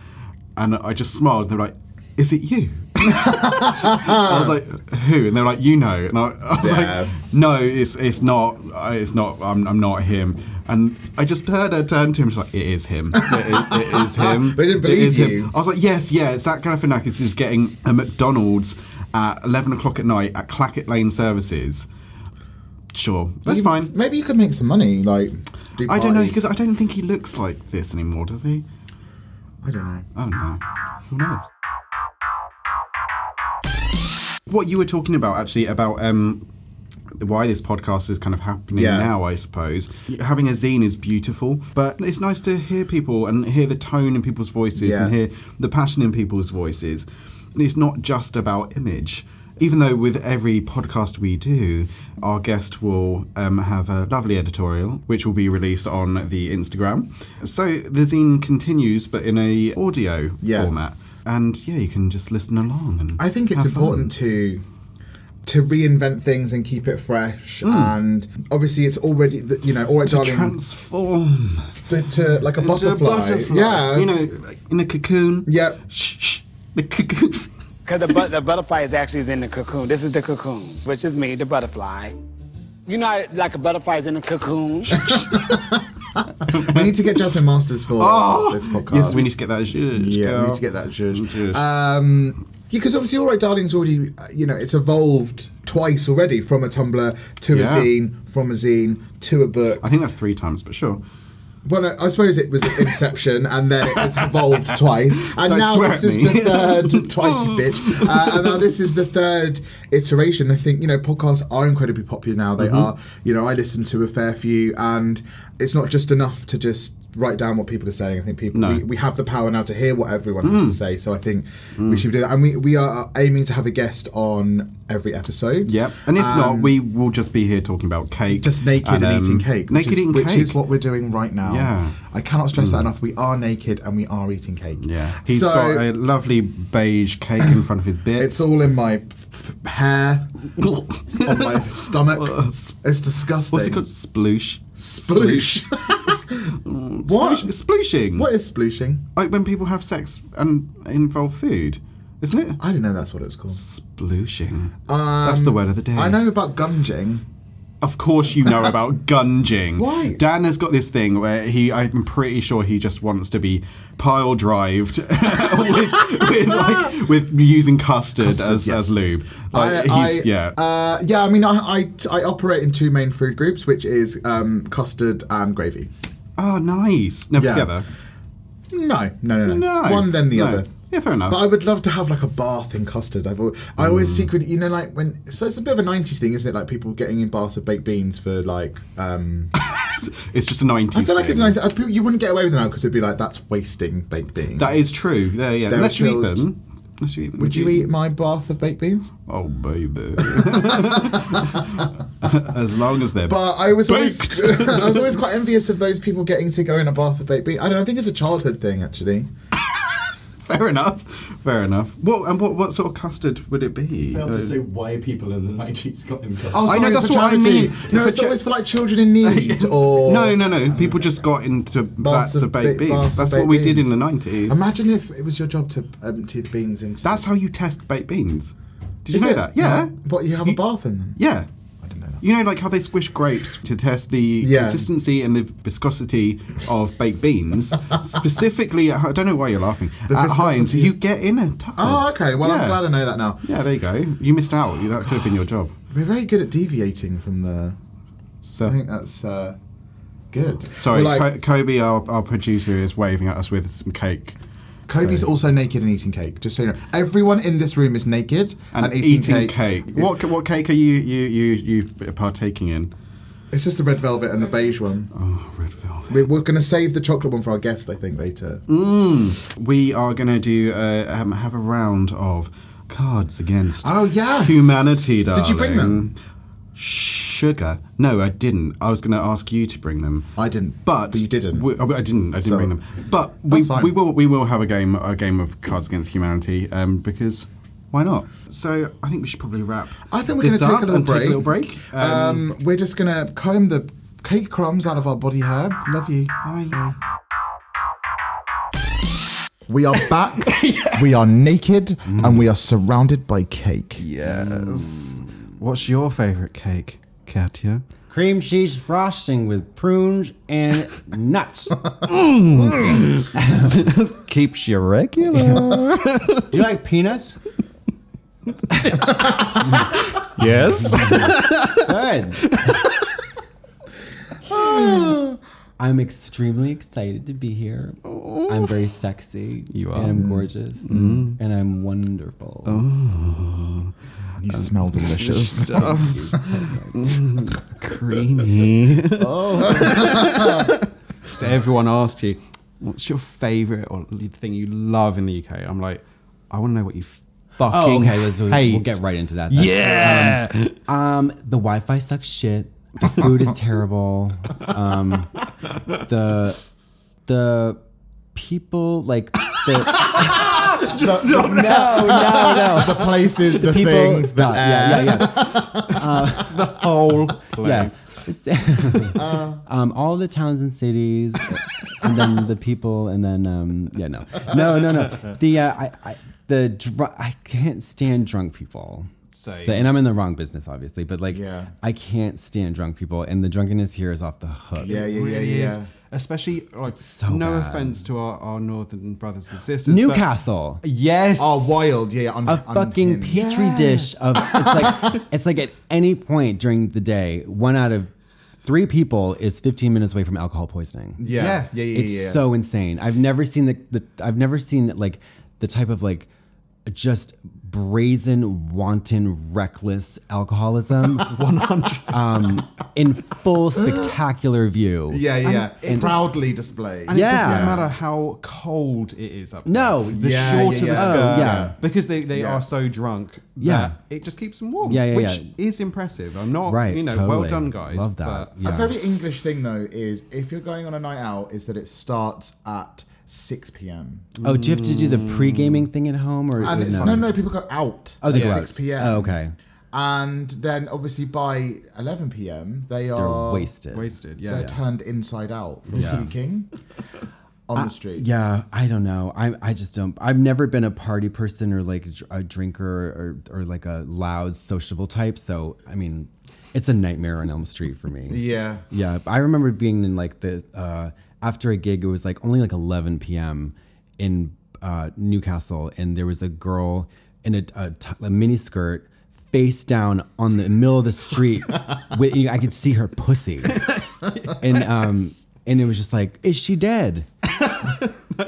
C: And I just smiled. They're like, "Is it you?" I was like, "Who?" And they're like, "You know." And I, I was
A: Yeah.
C: like, "No, it's it's not. I- It's not. I'm, I'm not him." And I just heard her turn to him. She's like, "It is him. It i- it is him.
A: They didn't
C: It
A: believe
C: is him."
A: you.
C: I was like, "Yes, yeah." Zach Galifianakis is getting a McDonald's at 11 o'clock at night at Clackett Lane Services. Sure, that's
A: You-
C: fine.
A: Maybe you could make some money. Like, do
C: I don't know
A: parties.
C: because I don't think he looks like this anymore, does he?
A: I don't know.
C: I don't know. Who knows? What you were talking about, actually, about um, why this podcast is kind of happening
A: Yeah.
C: now, I suppose. Having a zine is beautiful, but it's nice to hear people and hear the tone in people's voices and
A: Yeah.
C: hear the passion in people's voices. It's not just about image. Even though with every podcast we do, our guest will um, have a lovely editorial, which will be released on the Instagram. So the zine continues, but in a audio
A: Yeah.
C: format, and yeah, you can just listen along. And
A: I think it's
C: have fun.
A: important to to reinvent things and keep it fresh.
C: Hmm.
A: And obviously, it's already the- you know, all right, darling,
C: transform
A: to, to like a
C: into a
A: butterfly.
C: butterfly.
A: Yeah,
C: you know, like in a cocoon.
A: Yep.
C: Shh, shh, the cocoon.
B: Because the, but- the butterfly is actually is in the cocoon. This is the cocoon, which is me, the butterfly. You know, how, like a butterfly is in a cocoon.
A: we need to get Jasmine Masters for this podcast.
C: Ah! Yes, we need to get that. zhuzh,
A: yeah, we
C: girl.
A: need to get that judge.
C: Zhuzh.
A: Um, because obviously, all right, darling's already uh, you know, it's evolved twice already from a Tumblr to
C: Yeah.
A: a zine, from a zine to a book.
C: I think that's three times, but sure.
A: Well, I- I suppose it was Inception, and then it has evolved twice, and
C: Don't
A: now
C: swear
A: this
C: at
A: is
C: me.
A: the third twice, you bitch. Uh, and now this is the third iteration. I think you know podcasts are incredibly popular now.
C: Mm-hmm.
A: They are. You know, I listen to a fair few, and it's not just enough to just write down what people are saying. I think people
C: No. Mm.
A: we, we have the power now to hear what everyone has to say. So I think we should do that, and we we are aiming to have a guest on every episode.
C: Yep. And if not,
A: Um,
C: we will just be here talking about cake.
A: just naked and,
C: um,
A: eating cake. which is,
C: Naked eating
A: which
C: cake.
A: is what we're doing right now.
C: Yeah. Hmm.
A: I cannot stress that enough. We are naked and we are eating cake.
C: yeah. He's
A: so
C: got a lovely beige cake in front of his bit.
A: it's all in my f- f- hair, on my stomach. It's disgusting.
C: uh, What's it called? Sploosh.
A: Sploosh. what?
C: Mm, Sploosh- Splooshing.
A: What is splooshing?
C: Like when people have sex and involve food, isn't it?
A: I didn't know that's what it was called.
C: Splooshing. That's the word of the day.
A: I know about gunging.
C: Of course, you know about gunging.
A: Why?
C: Dan has got this thing where he, I'm pretty sure he just wants to be pile drived with, with, like, with using custard, as,
A: yes.
C: as lube. Like,
A: I,
C: Oh, he's,
A: I-
C: yeah.
A: uh, yeah. I mean, I, I I operate in two main food groups, which is um, custard and gravy.
C: oh, nice. Never
A: yeah.
C: together.
A: No, no, no, no.
C: No.
A: One then the
C: No.
A: other.
C: Yeah, fair enough. Mm.
A: But I would love to have like a bath in custard. I've always, I always secretly, you know, like when so it's a bit of a '90s thing, isn't it? Like people getting in baths of baked beans for like. um
C: It's just a 90s.
A: I feel like it's
C: thing.
A: nice. uh, people- You wouldn't get away with it now because it'd be like that's wasting baked beans.
C: That is true. There, yeah.
A: They're
C: Unless you eat
A: chilled.
C: them. Unless you eat them.
A: would you eat my bath of baked beans?
C: Oh, baby. as long as they're.
A: But I was always,
C: Baked.
A: I was always quite envious of those people getting to go in a bath of baked beans. I don't. know, I think it's a childhood thing actually.
C: fair enough. Fair enough. What and what, what sort of custard would it be?
E: failed
C: Uh,
E: to say why people in the 90s got them custard.
A: Oh,
C: I know,
A: sorry, it's
C: that's
A: for
C: what I
A: charity.
C: mean.
A: No,
C: For
A: it's
C: cha-
A: always for like children in need or
C: No, no, no. People just got into
A: Baths
C: vats of baked
A: ba- baths
C: beans.
A: of
C: That's what
A: baked
C: we did in
A: beans.
C: the nineties.
A: Imagine if it was your job to empty the beans into.
C: That's how you test baked beans. Did you
A: Is
C: know
A: it?
C: that? Yeah.
A: No, But you have a bath in them.
C: Yeah.
A: I didn't know that.
C: You know, like how they squish grapes to test the
A: Yeah.
C: consistency and the viscosity of baked beans. Specifically, at, Hi- I don't know why you're laughing. at Heinz,
A: viscosity-
C: you get in a tub.
A: Oh, okay. Well,
C: Yeah.
A: I'm glad I know that now.
C: Yeah, there you go. You missed out. That could have been your job.
A: We're very good at deviating from the.
C: So.
A: I think that's uh, good.
C: Sorry,
A: We're like,
C: Co- Kobe, our, our producer, is waving at us with some cake
A: Kobe's also naked and eating cake. Just so you know, everyone in this room is naked and,
C: and,
A: eating, cake. It's,
C: What ca- what cake are you you you you partaking in?
A: it's just the red velvet and the beige one.
C: Oh, red velvet.
A: We're, we're going to save the chocolate one for our guest, I think, later.
C: Mm. Hmm. We are going to do uh, um, have a round of cards against
A: Oh, yes.
C: humanity. Darling.
A: Did you bring them?
C: Shh. sugar. No, I didn't. I was going to ask you to bring them.
A: I didn't,
C: But,
A: but you didn't.
C: We, oh, I didn't. I didn't
A: So-
C: bring them. But we,
A: That's fine.
C: we will we will have a game a game of Cards Against Humanity um, because why not? So I think we should probably wrap.
A: I think we're
C: this
A: going to take
C: up
A: a little
C: and
A: break.
C: Take a little break.
A: Um, we're just going to comb the cake crumbs out of our body hair. Love you.
C: Bye.
A: We are back. We are naked, and we are surrounded by cake. Mm.
C: Yes. What's your favourite cake, Katya?
F: Cream cheese frosting with prunes and nuts. Do
C: Keeps you regular.
F: you like peanuts?
C: yes.
F: Good.
G: I'm extremely excited to be here. I'm very sexy.
C: You are. Mm-hmm. Oh.
G: And I'm gorgeous. And I'm wonderful.
A: You smell delicious.
C: creamy.
G: Oh.
C: so everyone asked you, "What's your favorite or the thing you love in the UK?" I'm like, "I want to know what you
G: Oh,
C: fucking
G: okay. Let's, we'll,
C: hate."
G: we'll get right into that. then.
C: Yeah.
G: Um, the Wi-Fi sucks shit. The food is terrible. Um, the the people like the
A: Just
G: no no no.
A: the places, the,
G: people
A: things, the
G: stop.
A: air.
G: yeah Uh, yeah yeah. the whole place.
A: Uh.
G: um, all the towns and cities, and then the people, and then um, yeah no no no no the uh, I, I the dr- I can't stand drunk people.
C: Same.
G: So, and I'm in the wrong business, obviously, but like,
A: Yeah.
G: I can't stand drunk people, and the drunkenness here is off the hook.
A: Yeah, yeah, yeah,
C: Really is.
A: yeah.
C: Especially like
G: so
C: no
G: bad.
C: offense to our, our northern brothers and sisters. but-
G: Newcastle.
C: Yes.
A: Oh, wild. Yeah, yeah. Un-
G: a fucking
A: unhinged.
G: petri dish of it's like it's like at any point during the day, one out of three people is 15 minutes away from alcohol poisoning.
A: Yeah, yeah, yeah. yeah,
G: it's
A: yeah.
G: so insane. I've never seen the, the I've never seen like the type of like just brazen, wanton, reckless alcoholism. One hundred um, in full spectacular view.
A: Yeah, yeah.
G: and-
A: proudly displayed.
C: And it
G: Yeah.
C: doesn't matter how cold it is up there.
G: No.
C: the
A: Yeah,
C: shorter
A: yeah, yeah.
C: the skirt,
G: Oh, yeah.
C: because they, they
A: Yeah.
C: are so drunk.
G: Yeah.
C: that it just keeps them warm.
G: Yeah, yeah,
C: which
G: yeah.
C: is impressive. I'm not,
G: Right.
C: you know,
G: totally.
C: well done, guys.
G: Love that.
C: but-
G: Yeah.
A: A very English thing though is if you're going on a night out, is that it starts at six p.m.
G: Oh, do you have to do the pre-gaming thing at home or
A: And
G: or
A: it's, no. no, people go out
G: Oh, they
A: at
G: go out.
A: six p.m.
G: Oh, okay.
A: And then obviously by eleven p.m. they
G: They're
A: are
G: Oh, wasted.
C: wasted. Yeah,
A: They're
C: yeah.
A: turned inside out from speaking on the street.
G: Uh, Yeah, I don't know. I I just don't. I've never been a party person or like a dr- a drinker or or like a loud sociable type. So I mean, it's a nightmare on Elm Street for me.
A: Yeah.
G: Yeah, I remember being in like the uh, after a gig. It was like only like 11 p.m. in uh, Newcastle, and there was a girl in a, a, t- a mini skirt, face down on the middle of the street. with, I could see her pussy, and um, and it was just like, is she dead?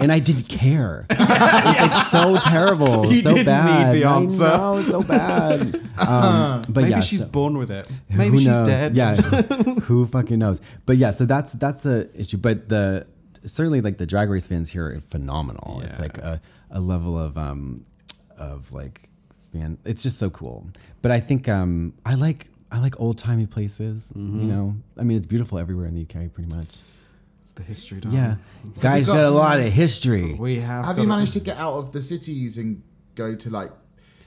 G: and I didn't care. It was like so terrible,
C: You
G: so
C: didn't
G: bad.
C: need the
G: I
C: answer.
G: know, so bad. Um, but
C: Maybe
G: yeah,
C: she's
G: so-
C: born with it. Maybe
G: who
C: she's
G: knows?
C: dead.
G: Yeah, who fucking knows? But yeah, so that's that's the issue. But the certainly like the drag race fans here are phenomenal. It's
C: Yeah.
G: like a, a level of um of like fan. It's just so cool. But I think um I like I like old timey places.
C: Mm-hmm.
G: You know, I mean it's beautiful everywhere in the UK, pretty much.
C: It's the history. Darling.
G: Yeah, guys
A: got-
G: got, a lot of history.
C: we have.
A: Have
C: got
A: you
C: a-
A: managed to get out of the cities and go to like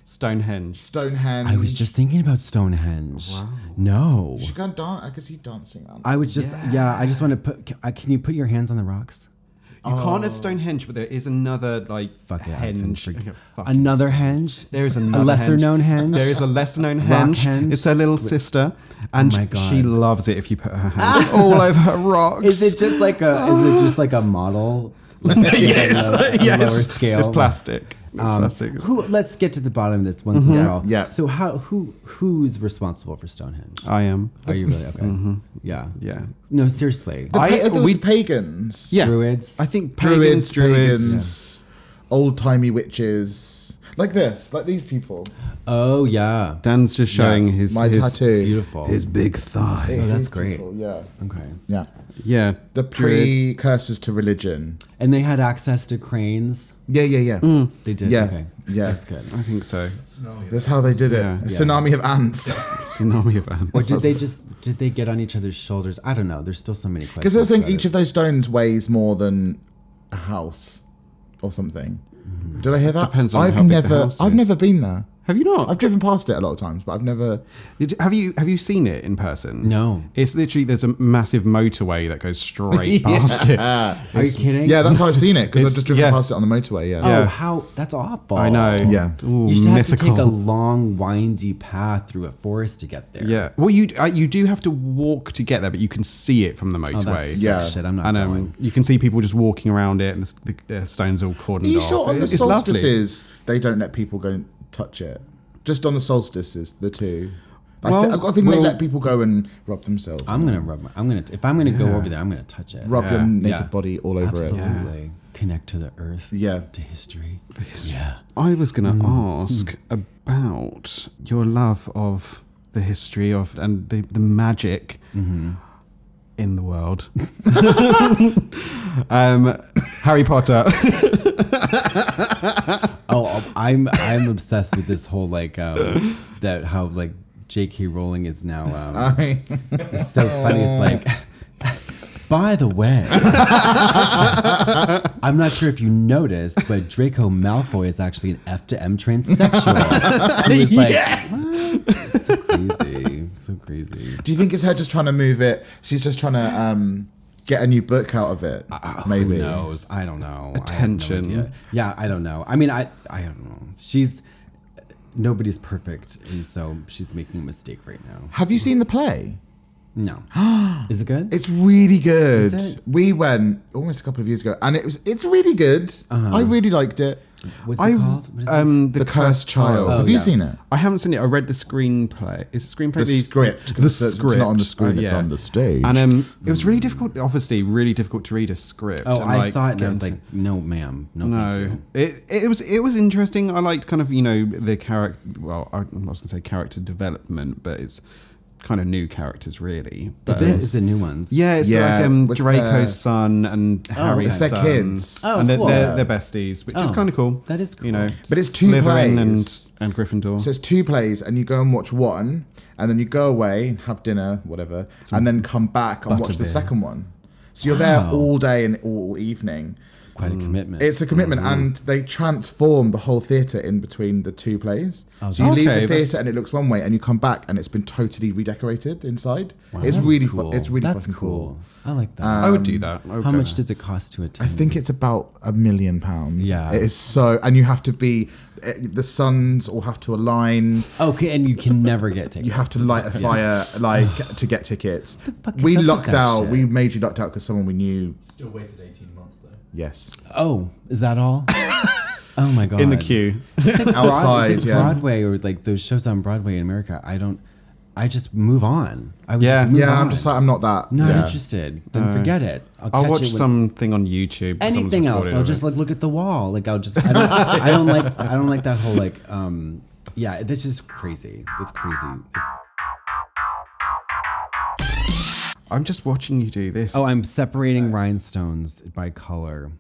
C: Stonehenge?
A: Stonehenge?
G: I was just thinking about Stonehenge. No,
A: You should go and dance. I could see dancing. on-
G: I was just yeah. I just want to put. Can, I- can you put your hands on the rocks?
C: You can't
A: Oh.
C: at Stonehenge, but there is another like
G: Fuck it, I've been
C: henge.
G: freak-
C: Okay, fuck it.
G: another henge.
C: There is another
G: a lesser
C: henge.
G: known henge.
C: There is a lesser known henge.
G: henge. Oh
C: It's her little sister, and
G: my
C: sh-
G: God.
C: she loves it if you put her hands all over her rocks.
G: Is it just like a? is it just like a model? Like a-
C: yes,
G: like a- a
C: yes.
G: Lower scale.
C: It's plastic. It's
G: Um,
C: plastic.
G: Who? Let's get to the bottom of this once
C: Mm-hmm.
G: and for all.
A: Yeah.
G: So how? Who? Who's responsible for Stonehenge?
C: I am.
G: Are you really okay? Yeah.
C: Mm-hmm. Yeah.
G: No, seriously.
A: Pa-
C: I-
A: I thought it
C: we-
A: was pagans.
C: Yeah.
G: Druids.
C: I think
A: Druids,
C: pagans, druids.
A: pagans, old timey witches. Like this, like these people.
G: Oh yeah.
C: Dan's just showing his
A: My
C: his,
A: tattoo.
G: Beautiful.
C: his big thigh.
G: Oh, that's
A: These
G: great.
A: people, Yeah.
G: Okay.
A: Yeah.
C: Yeah,
A: The
C: Hmm. druids.
A: precursors to religion.
G: And they had access to cranes.
A: Yeah, yeah, yeah.
C: Hmm.
G: They did.
A: Yeah.
G: Okay.
A: Yeah. Oh,
G: That's good.
C: I think so.
A: That's how they did it.
C: Yeah.
A: A tsunami of ants.
C: tsunami of ants.
G: Or did they just did they get on each other's shoulders? I don't know. There's still so many questions.
A: Because they're saying
G: about
A: each
G: it.
A: of those stones weighs more than a house or something. Did I hear that?
C: Hmm. Depends on
A: I've
C: how big the
A: never,
C: house
A: I've
C: is.
A: never been there.
C: Have you not?
A: I've driven past it a lot of times, but I've never.
C: Did you- have you have you seen it in person?
G: No.
C: It's literally there's a massive motorway that goes straight past it.
G: Are you kidding?
A: Yeah, that's how I've seen it because
C: It's-
A: I've just driven
C: yeah.
A: past it on the motorway. Yeah.
G: Oh,
C: yeah.
G: how that's awful.
C: I know.
A: Yeah.
C: Ooh,
G: You should have to
C: mythical.
G: take a long, windy path through a forest to get there.
C: yeah. Well, you uh, you do have to walk to get there, but you can see it from the
G: Oh, that's
C: motorway.
G: sick
A: Yeah.
G: shit. I'm not
C: And
G: going.
C: um, you can see people just walking around it, and the, the, the stones all
A: Are
C: cordoned
A: you
C: off.
A: sure on the
C: It's lovely.
A: solstices they don't let people go and touch it? Just on the solstices, the two. I,
C: Well,
A: thi- I think
C: well-
A: they let people go and rub themselves,
G: I'm gonna rub. My, I'm gonna if I'm gonna go over there, I'm gonna touch it.
A: rub your
C: Yeah.
A: naked
G: Yeah.
A: body all over
G: Absolutely.
A: it.
G: Connect to the earth.
A: Yeah.
G: To history. Yeah.
C: I was going
G: Hmm.
C: to ask about your love of the history of and the, the magic
G: Mm-hmm.
C: in the world. um, Harry Potter.
G: Oh, I'm I'm obsessed with this whole like um, that how like J.K. Rowling is now. Um,
A: I
G: it's so funny. It's like, by the way, I'm not sure if you noticed, but Draco Malfoy is actually an F to M transsexual. He was like, what? so crazy, so crazy.
A: Do you think it's her just trying to move it? She's just trying to um, get a new book out of it.
G: Who
C: Uh,
A: maybe.
G: knows? I don't know.
C: Attention.
G: I have no idea. yeah, I don't know. I mean, I I don't know. She's nobody's perfect, and so she's making a mistake right now.
A: Have you seen the play?
G: No, is it good?
A: It's really good.
G: Is it?
A: We went almost a couple of years ago, and it was it's really good. I really liked it.
G: What's
C: I-
G: it called? What is it?
C: um,
A: The, Cursed Child.
G: Oh,
A: Have you
G: yeah.
A: seen it?
C: I haven't seen it. I read the screenplay. Is it screenplay?
A: The script, 'cause it's- it's not on the screen, it's on the stage.
C: And um, it was really difficult. Obviously, really difficult to read a script.
G: Hmm. Oh,
C: and,
G: I
C: like,
G: saw it and
C: get
G: I was
C: into-
G: like, no, ma'am, no, thank
C: No,
G: you.
C: it it was it was interesting. I liked kind of you know the character. Well, I I was gonna say character development, but it's kind of new characters really. But
G: Is it, is it new ones?
C: yeah, it's
A: Yeah,
C: like um,
A: was
C: Draco's
A: there-
C: son and Harry's
A: It's their
C: son.
A: kids.
G: Oh,
C: and they're,
G: cool.
C: they're, they're besties, which is
G: Oh,
C: kind of cool.
G: that is
C: You know,
G: cool.
A: But it's two
C: Slytherin
A: plays.
C: and and Gryffindor.
A: So it's two plays, and you go and watch one, and then you go away and have dinner, whatever, and then come back and watch the
C: butterbeer.
A: second one. So you're
G: Wow.
A: there all day and all evening.
G: Quite a commitment.
A: Mm. It's a commitment, and they transform the whole theatre in between the two plays. so you
C: that's-
A: leave
C: Okay,
A: the
C: that's-
A: theatre and it looks one way, and you come back and it's been totally redecorated inside. It's really cool. It's really
G: That's
A: fucking cool. Uh,
G: cool. I like that.
C: I would do
A: um,
C: that. I would
G: How
C: go
G: much
C: there.
G: does it cost to
A: I
G: attend?
A: think it's about a million pounds.
G: Yeah.
A: it is so, and you have to be. eh, The sons all have to align.
G: okay, and you can never get tickets.
A: You have to light a fire, like to get tickets.
G: fuck is
A: We
G: up with
A: lucked
G: that
A: out.
G: shit?
A: We majorly lucked out because someone we knew.
E: Still waited 18 months though.
A: Yes,
G: Oh, is that all? oh my god!
C: in the queue?
A: outside.
G: Broad-
A: yeah,
G: Broadway or like those shows on Broadway in America. I don't. I just move on. I would
C: Yeah.
G: just move
A: yeah. I'm
G: on.
A: just like I'm not that.
G: not
A: yeah. Uh,
G: interested. Then forget it. I'll,
C: I'll
G: catch
C: watch
G: it when-
C: something on YouTube. someone's
G: anything else.
C: recorded
G: I'll
C: of
G: just
C: it.
G: like look at the wall. Like I'll just I don't, I don't like I don't like that whole like um yeah. That's just crazy. That's crazy.
C: I'm just watching you do this.
G: Oh, I'm separating rhinestones by color. um,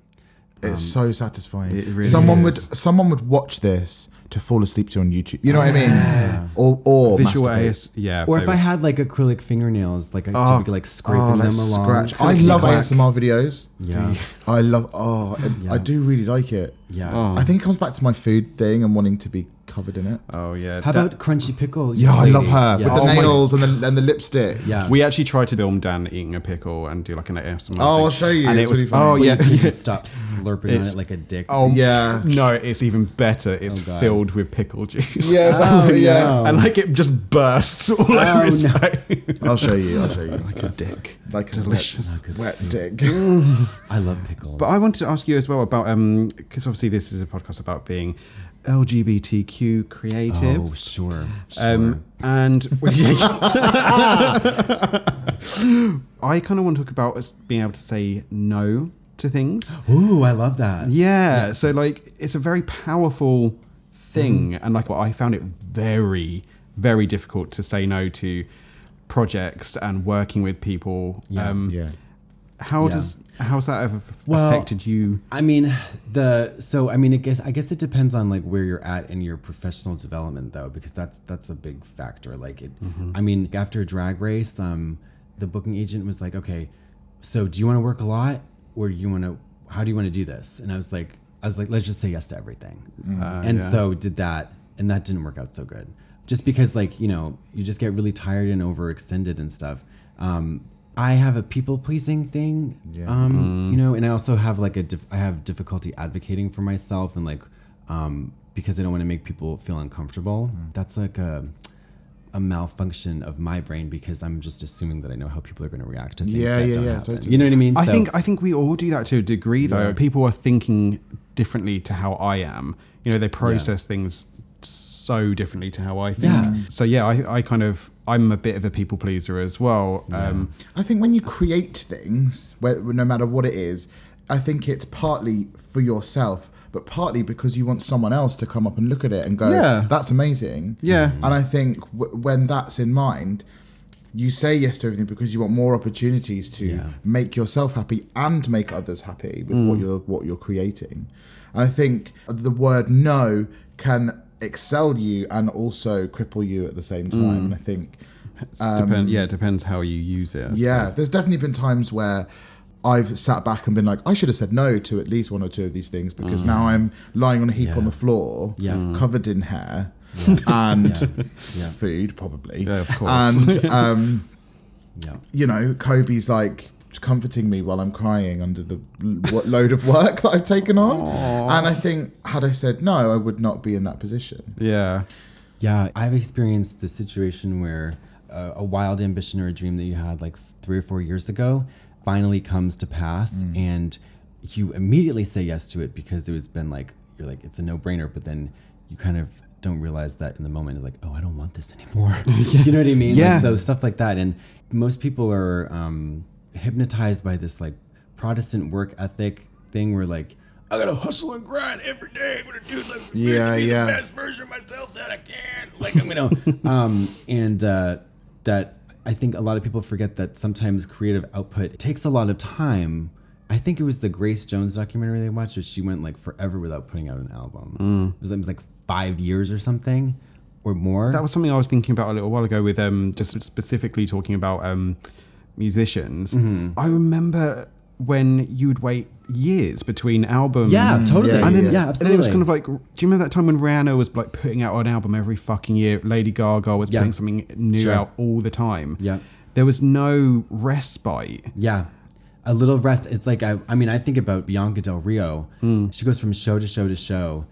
A: It's so satisfying.
C: it really
A: someone
C: is.
A: would someone would watch this to fall asleep to on YouTube. You know what I mean? Or or
C: visual
A: masturbate.
C: AS.
E: E
C: Yeah.
G: Or if
C: they
G: I
C: would-
G: had like acrylic fingernails, like I to be like scraping
A: Oh,
G: them
A: like
G: along.
A: scratch. I love ASMR videos.
G: Yeah.
A: I love. Oh, I- I do really like it.
G: Yeah.
E: Oh.
A: I think it comes back to my food thing and wanting to be covered in it.
C: Oh yeah.
G: How
C: Da-
G: about crunchy pickle?
A: Yeah, I
G: lady?
A: love her
G: Uh, Yeah.
A: with the
G: Oh my-
A: nails and the and the lipstick.
G: Yeah.
C: We actually tried to film Dan eating a pickle and do like an ASMR.
A: Oh,
C: thing.
A: I'll show you.
C: And
A: It's
C: it was
A: really funny.
C: oh
G: You can
C: yeah.
G: just stop slurping on
C: It's-
G: it like a dick.
C: oh
A: Yeah.
C: No, it's even better. It's
G: God.
C: filled with pickle juice.
A: Yeah, exactly, yeah.
G: no.
C: And like it just bursts all over his face.
A: I'll show you. I'll show you.
C: like a dick.
A: Like a
C: Delicious.
A: wet, wet dick.
G: I love pickles.
C: But I wanted to ask you as well about um because obviously this is a podcast about being LGBTQ
G: oh,
C: creatives.
G: sure. sure.
C: Um, and I kind of want to talk about us being able to say no to things.
G: Ooh, I love that.
C: Yeah, so like it's a very powerful thing,
G: Mm-hmm.
C: and like well, I found it very, very difficult to say no to projects and working with people. Um,
G: Yeah.
A: yeah.
C: How
G: Yeah.
C: does how's that ever
G: Well,
C: affected you?
G: I mean, the so I mean, I guess I guess it depends on like where you're at in your professional development though, because that's that's a big factor. Like it,
C: Mm-hmm.
G: I mean, after Drag Race, um, the booking agent was like, okay, so do you want to work a lot, or do you want to? How do you want to do this? And I was like, I was like, let's just say yes to everything,
C: Mm,
G: and so did that, and that didn't work out so good, just because like you know you just get really tired and overextended and stuff. Um, I have a people pleasing thing, um,
C: Mm.
G: you know, and I also have like a dif- I have difficulty advocating for myself and like um, because I don't want to make people feel uncomfortable.
A: Mm.
G: That's like a a malfunction of my brain because I'm just assuming that I know how people are going to react to things
A: Yeah,
G: that
A: yeah,
G: don't
A: yeah,
G: happen.
A: totally.
G: You know what I mean?
C: I
G: So-
C: think I think we all do that to a degree though. People are thinking differently to how I am. You know, they process things so differently to how I think.
G: Yeah.
C: So yeah, I, I kind of I'm a bit of a people pleaser as well. Um,
A: I think when you create things, whe- no matter what it is, I think it's partly for yourself, but partly because you want someone else to come up and look at it and go,
C: Yeah.
A: that's amazing.
C: Yeah.
A: And I think w- when that's in mind, you say yes to everything because you want more opportunities to make yourself happy and make others happy with
C: Mm.
A: what you're what you're creating. And I think the word no can excel you and also cripple you at the same time.
C: Mm.
A: And I think
G: Um,
C: it's depend, yeah, it depends how you use it. I
A: yeah,
C: suppose.
A: there's definitely been times where I've sat back and been like, I should have said no to at least one or two of these things
C: Mm.
A: because now I'm lying on a heap on the floor, covered in hair and food, probably.
C: Yeah, of course.
A: And, um,
G: Yeah.
A: you know, Kobe's like comforting me while I'm crying under the l- what load of work that I've taken on. And I think, had I said no, I would not be in that position.
C: Yeah.
G: Yeah, I've experienced the situation where uh, a wild ambition or a dream that you had like three or four years ago finally comes to pass,
C: Mm.
G: and you immediately say yes to it because it was been like you're like it's a no brainer, but then you kind of don't realize that in the moment you're like oh I don't want this anymore. You know what I mean? Like,
C: Yeah.
G: so stuff like that, and most people are um, hypnotized by this like Protestant work ethic thing where like. I gotta hustle and grind every day. I'm gonna do like
A: Yeah,
G: be the
A: yeah.
G: best version of myself that I can. Like I'm gonna, um, and uh, that I think a lot of people forget that sometimes creative output takes a lot of time. I think it was the Grace Jones documentary they watched, where she went like forever without putting out an
C: Mm.
G: album. It, was, it was like five years or something, or more.
C: That was something I was thinking about a little while ago with um, just specifically talking about um, musicians. I remember when you would wait years between albums.
G: yeah, totally.
A: Yeah,
G: Yeah,
C: And then,
A: yeah, yeah.
C: and then it was kind of like, do you remember that time when Rihanna was like putting out an album every fucking year? Lady Gaga was
G: Yeah.
C: putting something new
G: Sure.
C: out all the time.
G: Yeah.
C: There was no respite.
G: Yeah. A little rest. It's like, I, I mean, I think about Bianca Del Rio.
C: Hmm.
G: She goes from show to show to show.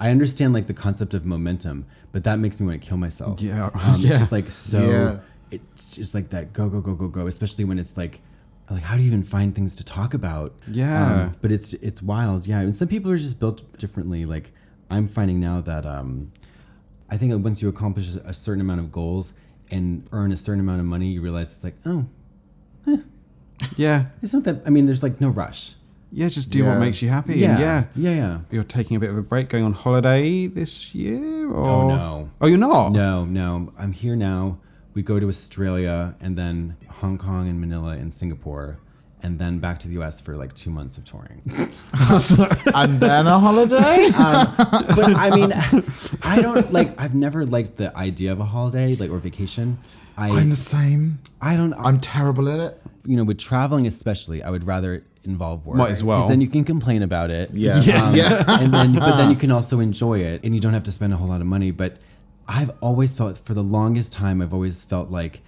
G: I understand like the concept of momentum, but that makes me want to kill myself.
C: Yeah.
G: Um, It's
C: Yeah.
G: just like so,
A: Yeah.
G: it's just like that go, go, go, go, go, especially when it's like, like how do you even find things to talk about?
C: Yeah.
G: Um, but it's, it's wild. Yeah. And some people are just built differently. Like I'm finding now that, um, I think once you accomplish a certain amount of goals and earn a certain amount of money, you realize it's like, oh,
C: Yeah.
G: it's not that. I mean, there's like no rush.
C: Yeah, just do
A: Yeah.
C: what makes you happy. Yeah. yeah.
G: Yeah. Yeah.
C: You're taking a bit of a break, going on holiday this year? Or...
G: no.
C: Oh, you're not?
G: No, no. I'm here now. We go to Australia and then Hong Kong and Manila and Singapore and then back to the US for like two months of touring.
A: And then a holiday?
G: but I mean, I don't like, I've never liked the idea of a holiday like or vacation. I,
A: I'm the same.
G: I don't,
A: I'm terrible at it.
G: you know, with traveling especially, I would rather it involve work.
C: Might as
G: 'Cause
C: well.
G: Then you can complain about it.
A: Yeah. Yeah.
G: Um,
A: Yeah.
G: and then, but then you can also enjoy it, and you don't have to spend a whole lot of money. But I've always felt, for the longest time, I've always felt like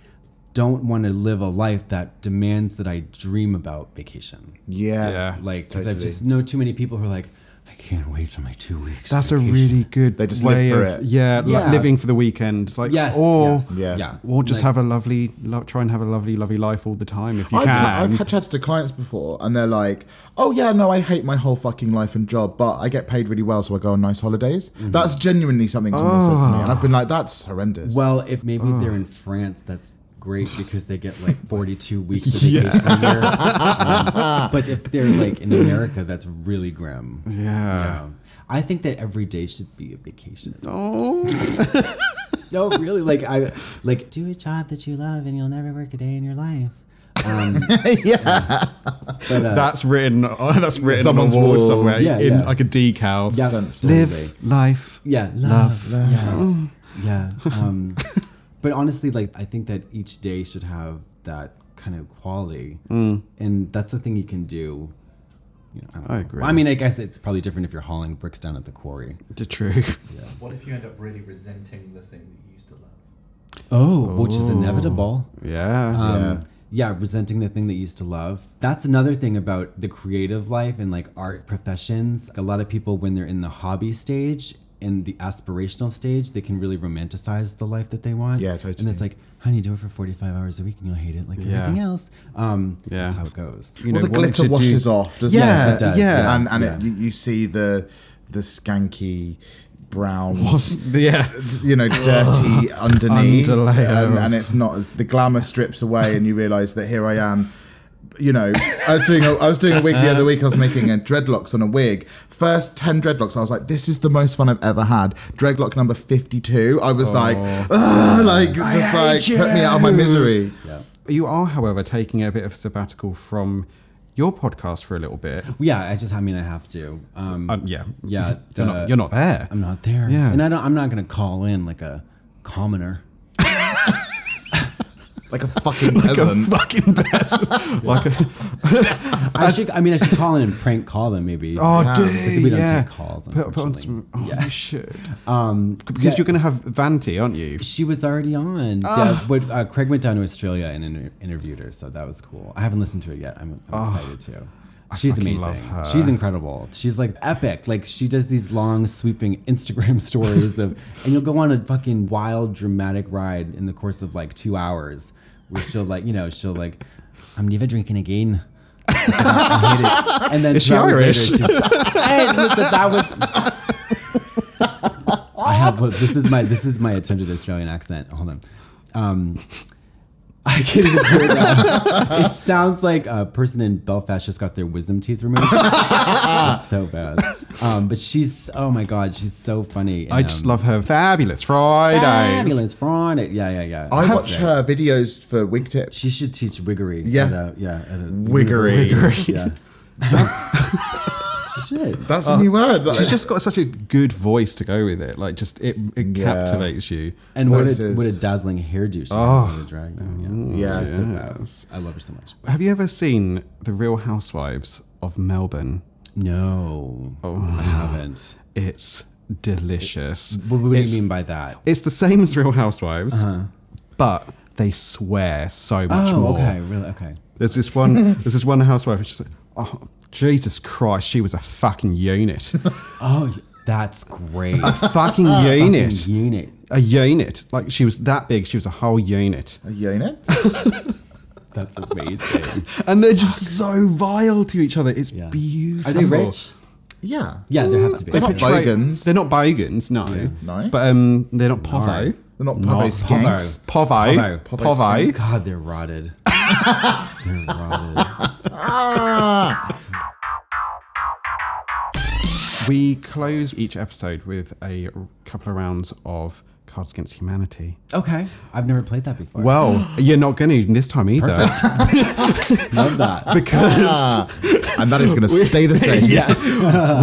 G: don't want to live a life that demands that I dream about vacation.
A: Yeah.
C: Yeah.
G: Like, because I've
A: Totally.
G: just know too many people who are like, I can't wait for my two weeks.
C: That's a
G: vacation."
C: really good
A: They just
C: way
A: live for
C: of
A: it.
C: Yeah, li-
G: Yeah.
C: living for the weekend. It's like
G: yes.
C: or
G: yes,
A: Yeah.
G: yeah.
C: or just
G: Like-
C: have a lovely lo- try and have a lovely lovely life all the time if you
A: I've,
C: can.
A: tra- I've had chats to clients before, and they're like, "Oh yeah, no, I hate my whole fucking life and job, but I get paid really well, so I go on nice holidays." That's genuinely something someone said to me, and I've been like, "That's horrendous."
G: Well, if maybe they're in France, that's great because they get like 42 weeks of vacation a year. Um, but if they're like in America, that's really grim. Yeah.
C: yeah.
G: Um, I think that every day should be a vacation.
C: Oh,
G: No, really, like I like do a job that you love and you'll never work a day in your life. Um,
A: yeah.
C: that's written. uh, that's written
A: Someone's
C: on a wall,
A: wall.
C: somewhere
G: Yeah,
C: in
G: yeah.
C: like a decal.
G: Yeah.
A: Stunts.
G: Live.
C: life.
G: Yeah, love. Yeah. yeah. Um, but honestly, like I think that each day should have that kind of quality, and that's the thing you can do. You know, I, don't
C: Mm. I
G: know.
C: agree.
G: Well, I mean, I guess it's probably different if you're hauling bricks down at the quarry.
C: The truth.
E: What if you end up really resenting the thing that you used to love?
G: Oh, which is inevitable.
C: Yeah.
G: Um,
A: Yeah.
G: yeah. resenting the thing that you used to love. That's another thing about the creative life and like art professions. A lot of people, when they're in the hobby stage and the aspirational stage, they can really romanticize the life that they want.
A: Yeah,
G: And
A: totally.
G: it's like, honey, do it for 45 hours a week and you'll hate it like
C: Yeah.
G: everything else. Um,
C: Yeah.
G: That's how it goes.
C: you
A: well, the
C: wanting
A: glitter
C: to do-
A: washes off, doesn't
G: Yes,
A: it?
G: it does, Yeah. yeah.
A: And, and It, you, you see the the skanky brown,
C: Yeah.
A: you know, dirty underneath, um,
C: Underlayer
A: and,
C: of-
A: and it's not as the glamour strips away, and you realise that here I am. You know, I was doing a, I was doing a wig the other week. I was making a dreadlocks on a wig. First ten dreadlocks, I was like, "This is the most fun I've ever had." Dreadlock number fifty-two. I was like, "Ugh," like just like put me out of my misery.
C: You are, however, taking a bit of a sabbatical from your podcast for a little bit.
G: Yeah, I just, I mean, I have to. Um,
C: Um, yeah.
G: Yeah.
C: You're
G: the-
C: not. You're not there.
G: I'm not there.
C: Yeah.
G: And I don't, I'm not going to call in like a commoner.
A: Like a fucking peasant.
C: fucking best. like a,
G: I should, I mean, I should call in and prank call them maybe.
C: oh,
A: Wow.
C: dude,
G: We don't
C: yeah.
G: take calls,
C: Put, put on some.
G: unfortunately.
C: Oh,
G: Yeah.
C: you should.
G: um,
C: Because you're going to have Vanti, aren't you?
G: She was already on.
C: Ah.
G: Yeah, but uh, Craig went down to Australia and inter- interviewed her, so that was cool. I haven't listened to it yet. I'm, I'm excited too. She's
C: Ah. fucking
G: amazing.
C: love her.
G: She's incredible. She's like epic. Like she does these long, sweeping Instagram stories of, and you'll go on a fucking wild, dramatic ride in the course of like two hours, where she'll like, you know, she'll like, I'm never drinking again. I hate it. And then
C: Is she
G: two hours later,
C: Irish?
G: she's- and listen, that was. I have this is my this is my attempted Australian accent. Hold on. Um, I can't even do it now. It sounds like a person in Belfast just got their wisdom teeth removed. It's so bad. Um, but she's oh my god, she's so funny. and,
C: I just
G: um,
C: love her. Fabulous Fridays.
G: fabulous Friday. Yeah, yeah, yeah.
A: I watch her videos for wig tips.
G: She should teach wiggery.
A: Yeah.
G: at a, yeah, at a
A: Wiggery.
G: university. Yeah. she should.
A: That's a new word.
C: She's just got such a good voice to go with it. Like, just it, it
A: Yeah.
C: captivates you.
G: And what a,
A: Voices.
G: what a dazzling hairdo she has as a drag. queen, Yeah.
A: Yeah.
G: She's the best. I love her so much.
C: Have you ever seen The Real Housewives of Melbourne?
G: No, I haven't.
C: It's delicious.
G: What, what do
C: it's,
G: you mean by that?
C: It's the same as Real Housewives, but they swear so much
G: Uh-huh. Oh,
C: more.
G: okay, really, okay.
C: There's this one. there's this one housewife. and She's like, oh, Jesus Christ, she was a fucking unit,
G: Oh, that's great. Fucking
C: fucking unit,
G: unit.
C: a unit. Like she was that big. She was a whole unit,
A: A unit?
G: That's amazing.
C: and they're just so vile to each other. It's
G: Yeah.
C: beautiful.
G: Are they rich?
A: Yeah.
G: Yeah, they have to be.
A: They're not
C: Portray-
A: bogans.
C: They're not bogans. No,
A: No?
C: But um, they're not povo.
A: They're not
C: Not
A: pavo skanks.
C: Povo.
G: Povo.
C: Povo.
A: Povo
G: God, they're rotted. they're rotted.
C: We close each episode with a couple of rounds of Cards Against Humanity.
G: Okay, I've never played that before.
C: Well, you're not going to this time either.
G: love that.
C: because
A: And that is going to stay the same.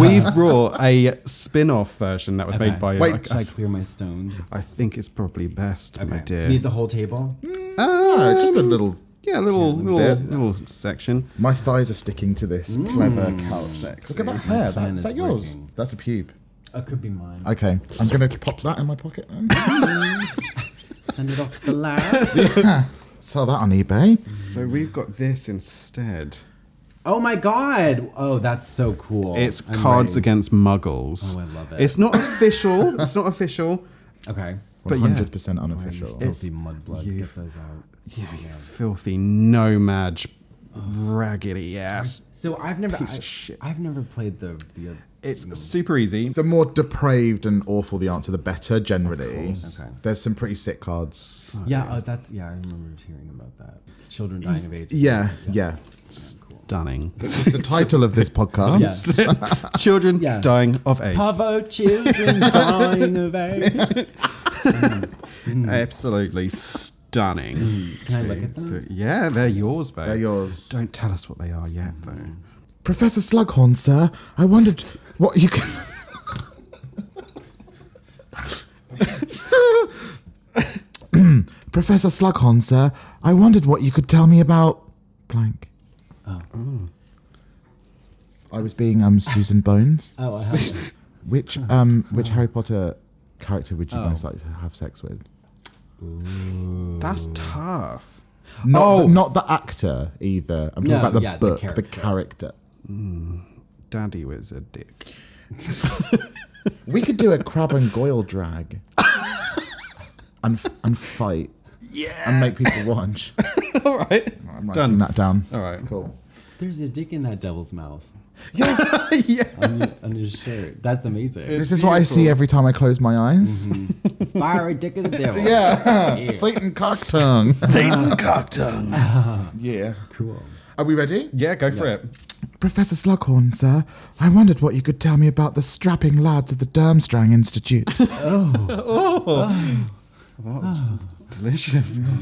C: we've brought a spin-off version that was made by
A: Wait.
C: like,
G: Should I clear my stones?
C: I think it's probably best, my
G: Okay.
C: dear.
G: Do you need the whole table?
A: Oh, just a little.
C: yeah, a little little,
A: bit.
C: little section.
A: My thighs are sticking to this clever couch. Mm. Look at that hair. That,
G: plan
A: is
G: is
A: that yours?
G: working.
A: That's a pube.
G: It could be mine.
A: Okay. I'm going to pop that in my pocket then.
G: Send it off to the lab.
A: Sell that on eBay.
C: So we've got this instead.
G: Oh my god! Oh, that's so cool.
C: It's
G: Oh, I'm
C: Cards
G: ready.
C: Against Muggles.
G: Oh, I love it.
C: It's not official. it's not official.
G: Okay.
C: But yeah.
A: 100% unofficial.
G: Filthy mudblood. Get
C: you've-
G: those out.
C: Yeah, you filthy nomad, raggedy ass.
G: So I've never.
C: Piece
G: I,
C: of shit.
G: I've never played the the.
C: It's super easy.
A: The more depraved and awful the answer, the better, generally.
G: Okay.
A: There's some pretty sick cards.
G: Yeah. Oh, that's yeah. I remember hearing about that. It's children dying of AIDS.
A: Yeah, yeah.
C: Stunning.
A: It's the title of this podcast.
G: Yeah.
C: Children
G: Yeah.
C: dying of AIDS.
G: Pavo children dying of AIDS.
C: Absolutely stunning. stunning.
G: Mm.
C: Can I look at them? Yeah, they're yours, babe.
A: They're yours.
C: Don't tell us what they are yet, though.
A: Professor Slughorn, sir, I wondered what you could. Professor Slughorn, sir, I wondered what you could tell me about blank. Oh. I was being um Susan Bones.
G: Oh, I have
A: Which um which Harry Potter character would you
G: Oh.
A: most like to have sex with?
H: Mm.
C: That's tough.
A: Not
C: Oh.
A: the, not the actor either. I'm talking
G: No,
A: about the
G: yeah, the
A: book, the
G: character.
A: character.
C: Daddy was a dick.
A: We could do a crab and goyle drag, and and fight,
C: Yeah.
A: and make people watch.
C: All right.
A: I'm
C: Done.
A: writing that down.
C: All right.
A: cool.
G: There's a dick in that devil's mouth
C: yeah.
G: on, your, on his shirt. That's amazing.
A: This is what I see every time I close my eyes.
G: Fire a dick in the devil.
A: Mm-hmm. Yeah, Satan cock tongue.
C: Satan cocktongue.
A: yeah.
G: Cool.
A: Are we ready?
C: Yeah, go for it.
A: Professor Slughorn, sir, I wondered what you could tell me about the strapping lads of the Durmstrang Institute.
H: Oh,
C: That was Ah. delicious.
H: Mm.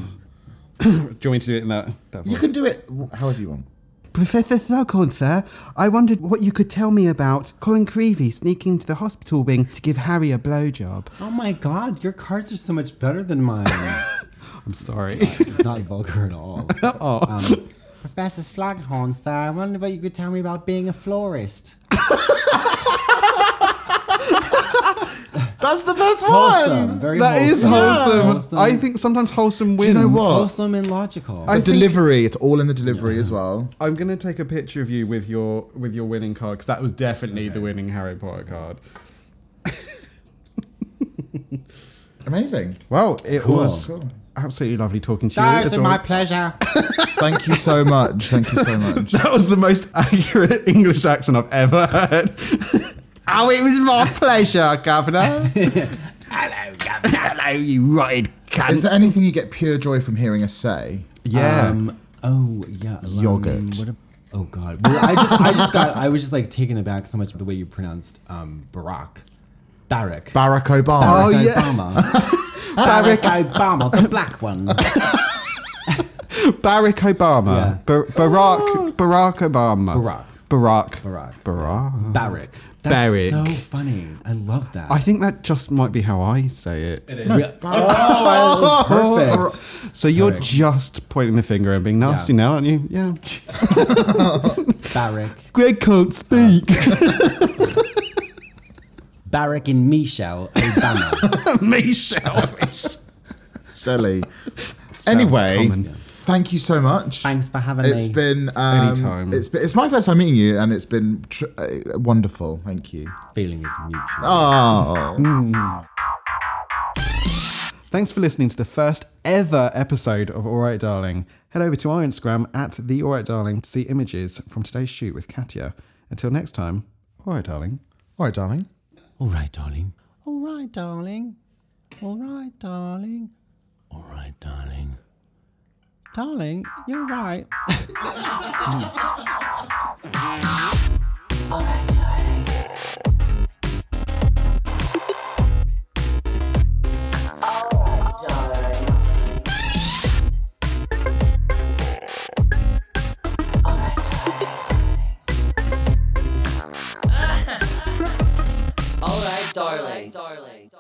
C: do you want me to do it in that? that
A: you
C: voice?
A: can do it wh- however you want.
H: Professor Slughorn, sir, I wondered what you could tell me about Colin Creevy sneaking into the hospital wing to give Harry a blowjob.
G: Oh my god, your cards are so much better than mine.
C: I'm sorry.
G: it's not vulgar at all. Um, Professor Slughorn, sir, I wonder what you could tell me about being a florist.
A: That's the best
G: Wholesome, very
C: That is
G: wholesome.
C: wholesome.
G: Wholesome. Mm,
C: I think sometimes wholesome
A: Do
C: wins.
A: you know what?
G: Wholesome and logical.
A: The
C: I think-
A: delivery, it's all in the delivery as well.
C: I'm gonna take a picture of you with your with your winning card because that was definitely the winning Harry Potter card.
A: Amazing.
C: Well, it was
A: Cool.
C: absolutely lovely talking to you.
G: Stars
C: as
G: are my
C: always.
G: pleasure.
A: Thank you so much. Thank you so much.
C: that was the most accurate English accent I've ever heard. oh, it was my pleasure, Governor.
G: Hello,
C: Hello, you rotted
A: Is
C: cunt.
A: there anything you get pure joy from hearing us say?
C: yeah.
G: Um, oh yeah, um,
A: Yogurt.
G: What a, oh god, well, I just, I just got, I was just like taken aback so much by the way you pronounced um, Barack, Barack,
A: Barack Obama.
C: Oh,
G: Barack
C: yeah.
G: Obama, Barack Obama, the black one.
C: Barack Obama.
G: Yeah.
C: Bar- Barack. Barack Obama.
G: Barack.
C: Oh. Barack.
G: Barack.
C: Barack.
G: Barack. That's
C: Barack.
G: so funny. I love that.
C: I think that just might be how I say it.
I: It is.
G: oh, perfect.
C: So you're
G: Correct.
C: just pointing the finger and being nasty
G: Yeah.
C: now, aren't you? Yeah.
G: Barack.
C: Greg can't speak.
G: Barack and Michelle Obama.
C: Michelle.
A: Shelley. Anyway,
C: common. Yeah.
A: thank you so much.
G: Thanks for having
A: It's
G: me.
A: been um,
C: Anytime.
A: It's been, it's my first time meeting you, and it's been tr- uh, wonderful. Thank you.
G: Feeling is mutual.
A: Oh.
C: Thanks for listening to the first ever episode of All Right Darling. Head over to our Instagram at the All Right Darling to see images from today's shoot with Katya. Until next time, All Right Darling.
A: All right, darling.
G: All right, darling. All right, darling. All right, darling. All right, darling. Darling, you're right.
J: All right, darling. darling.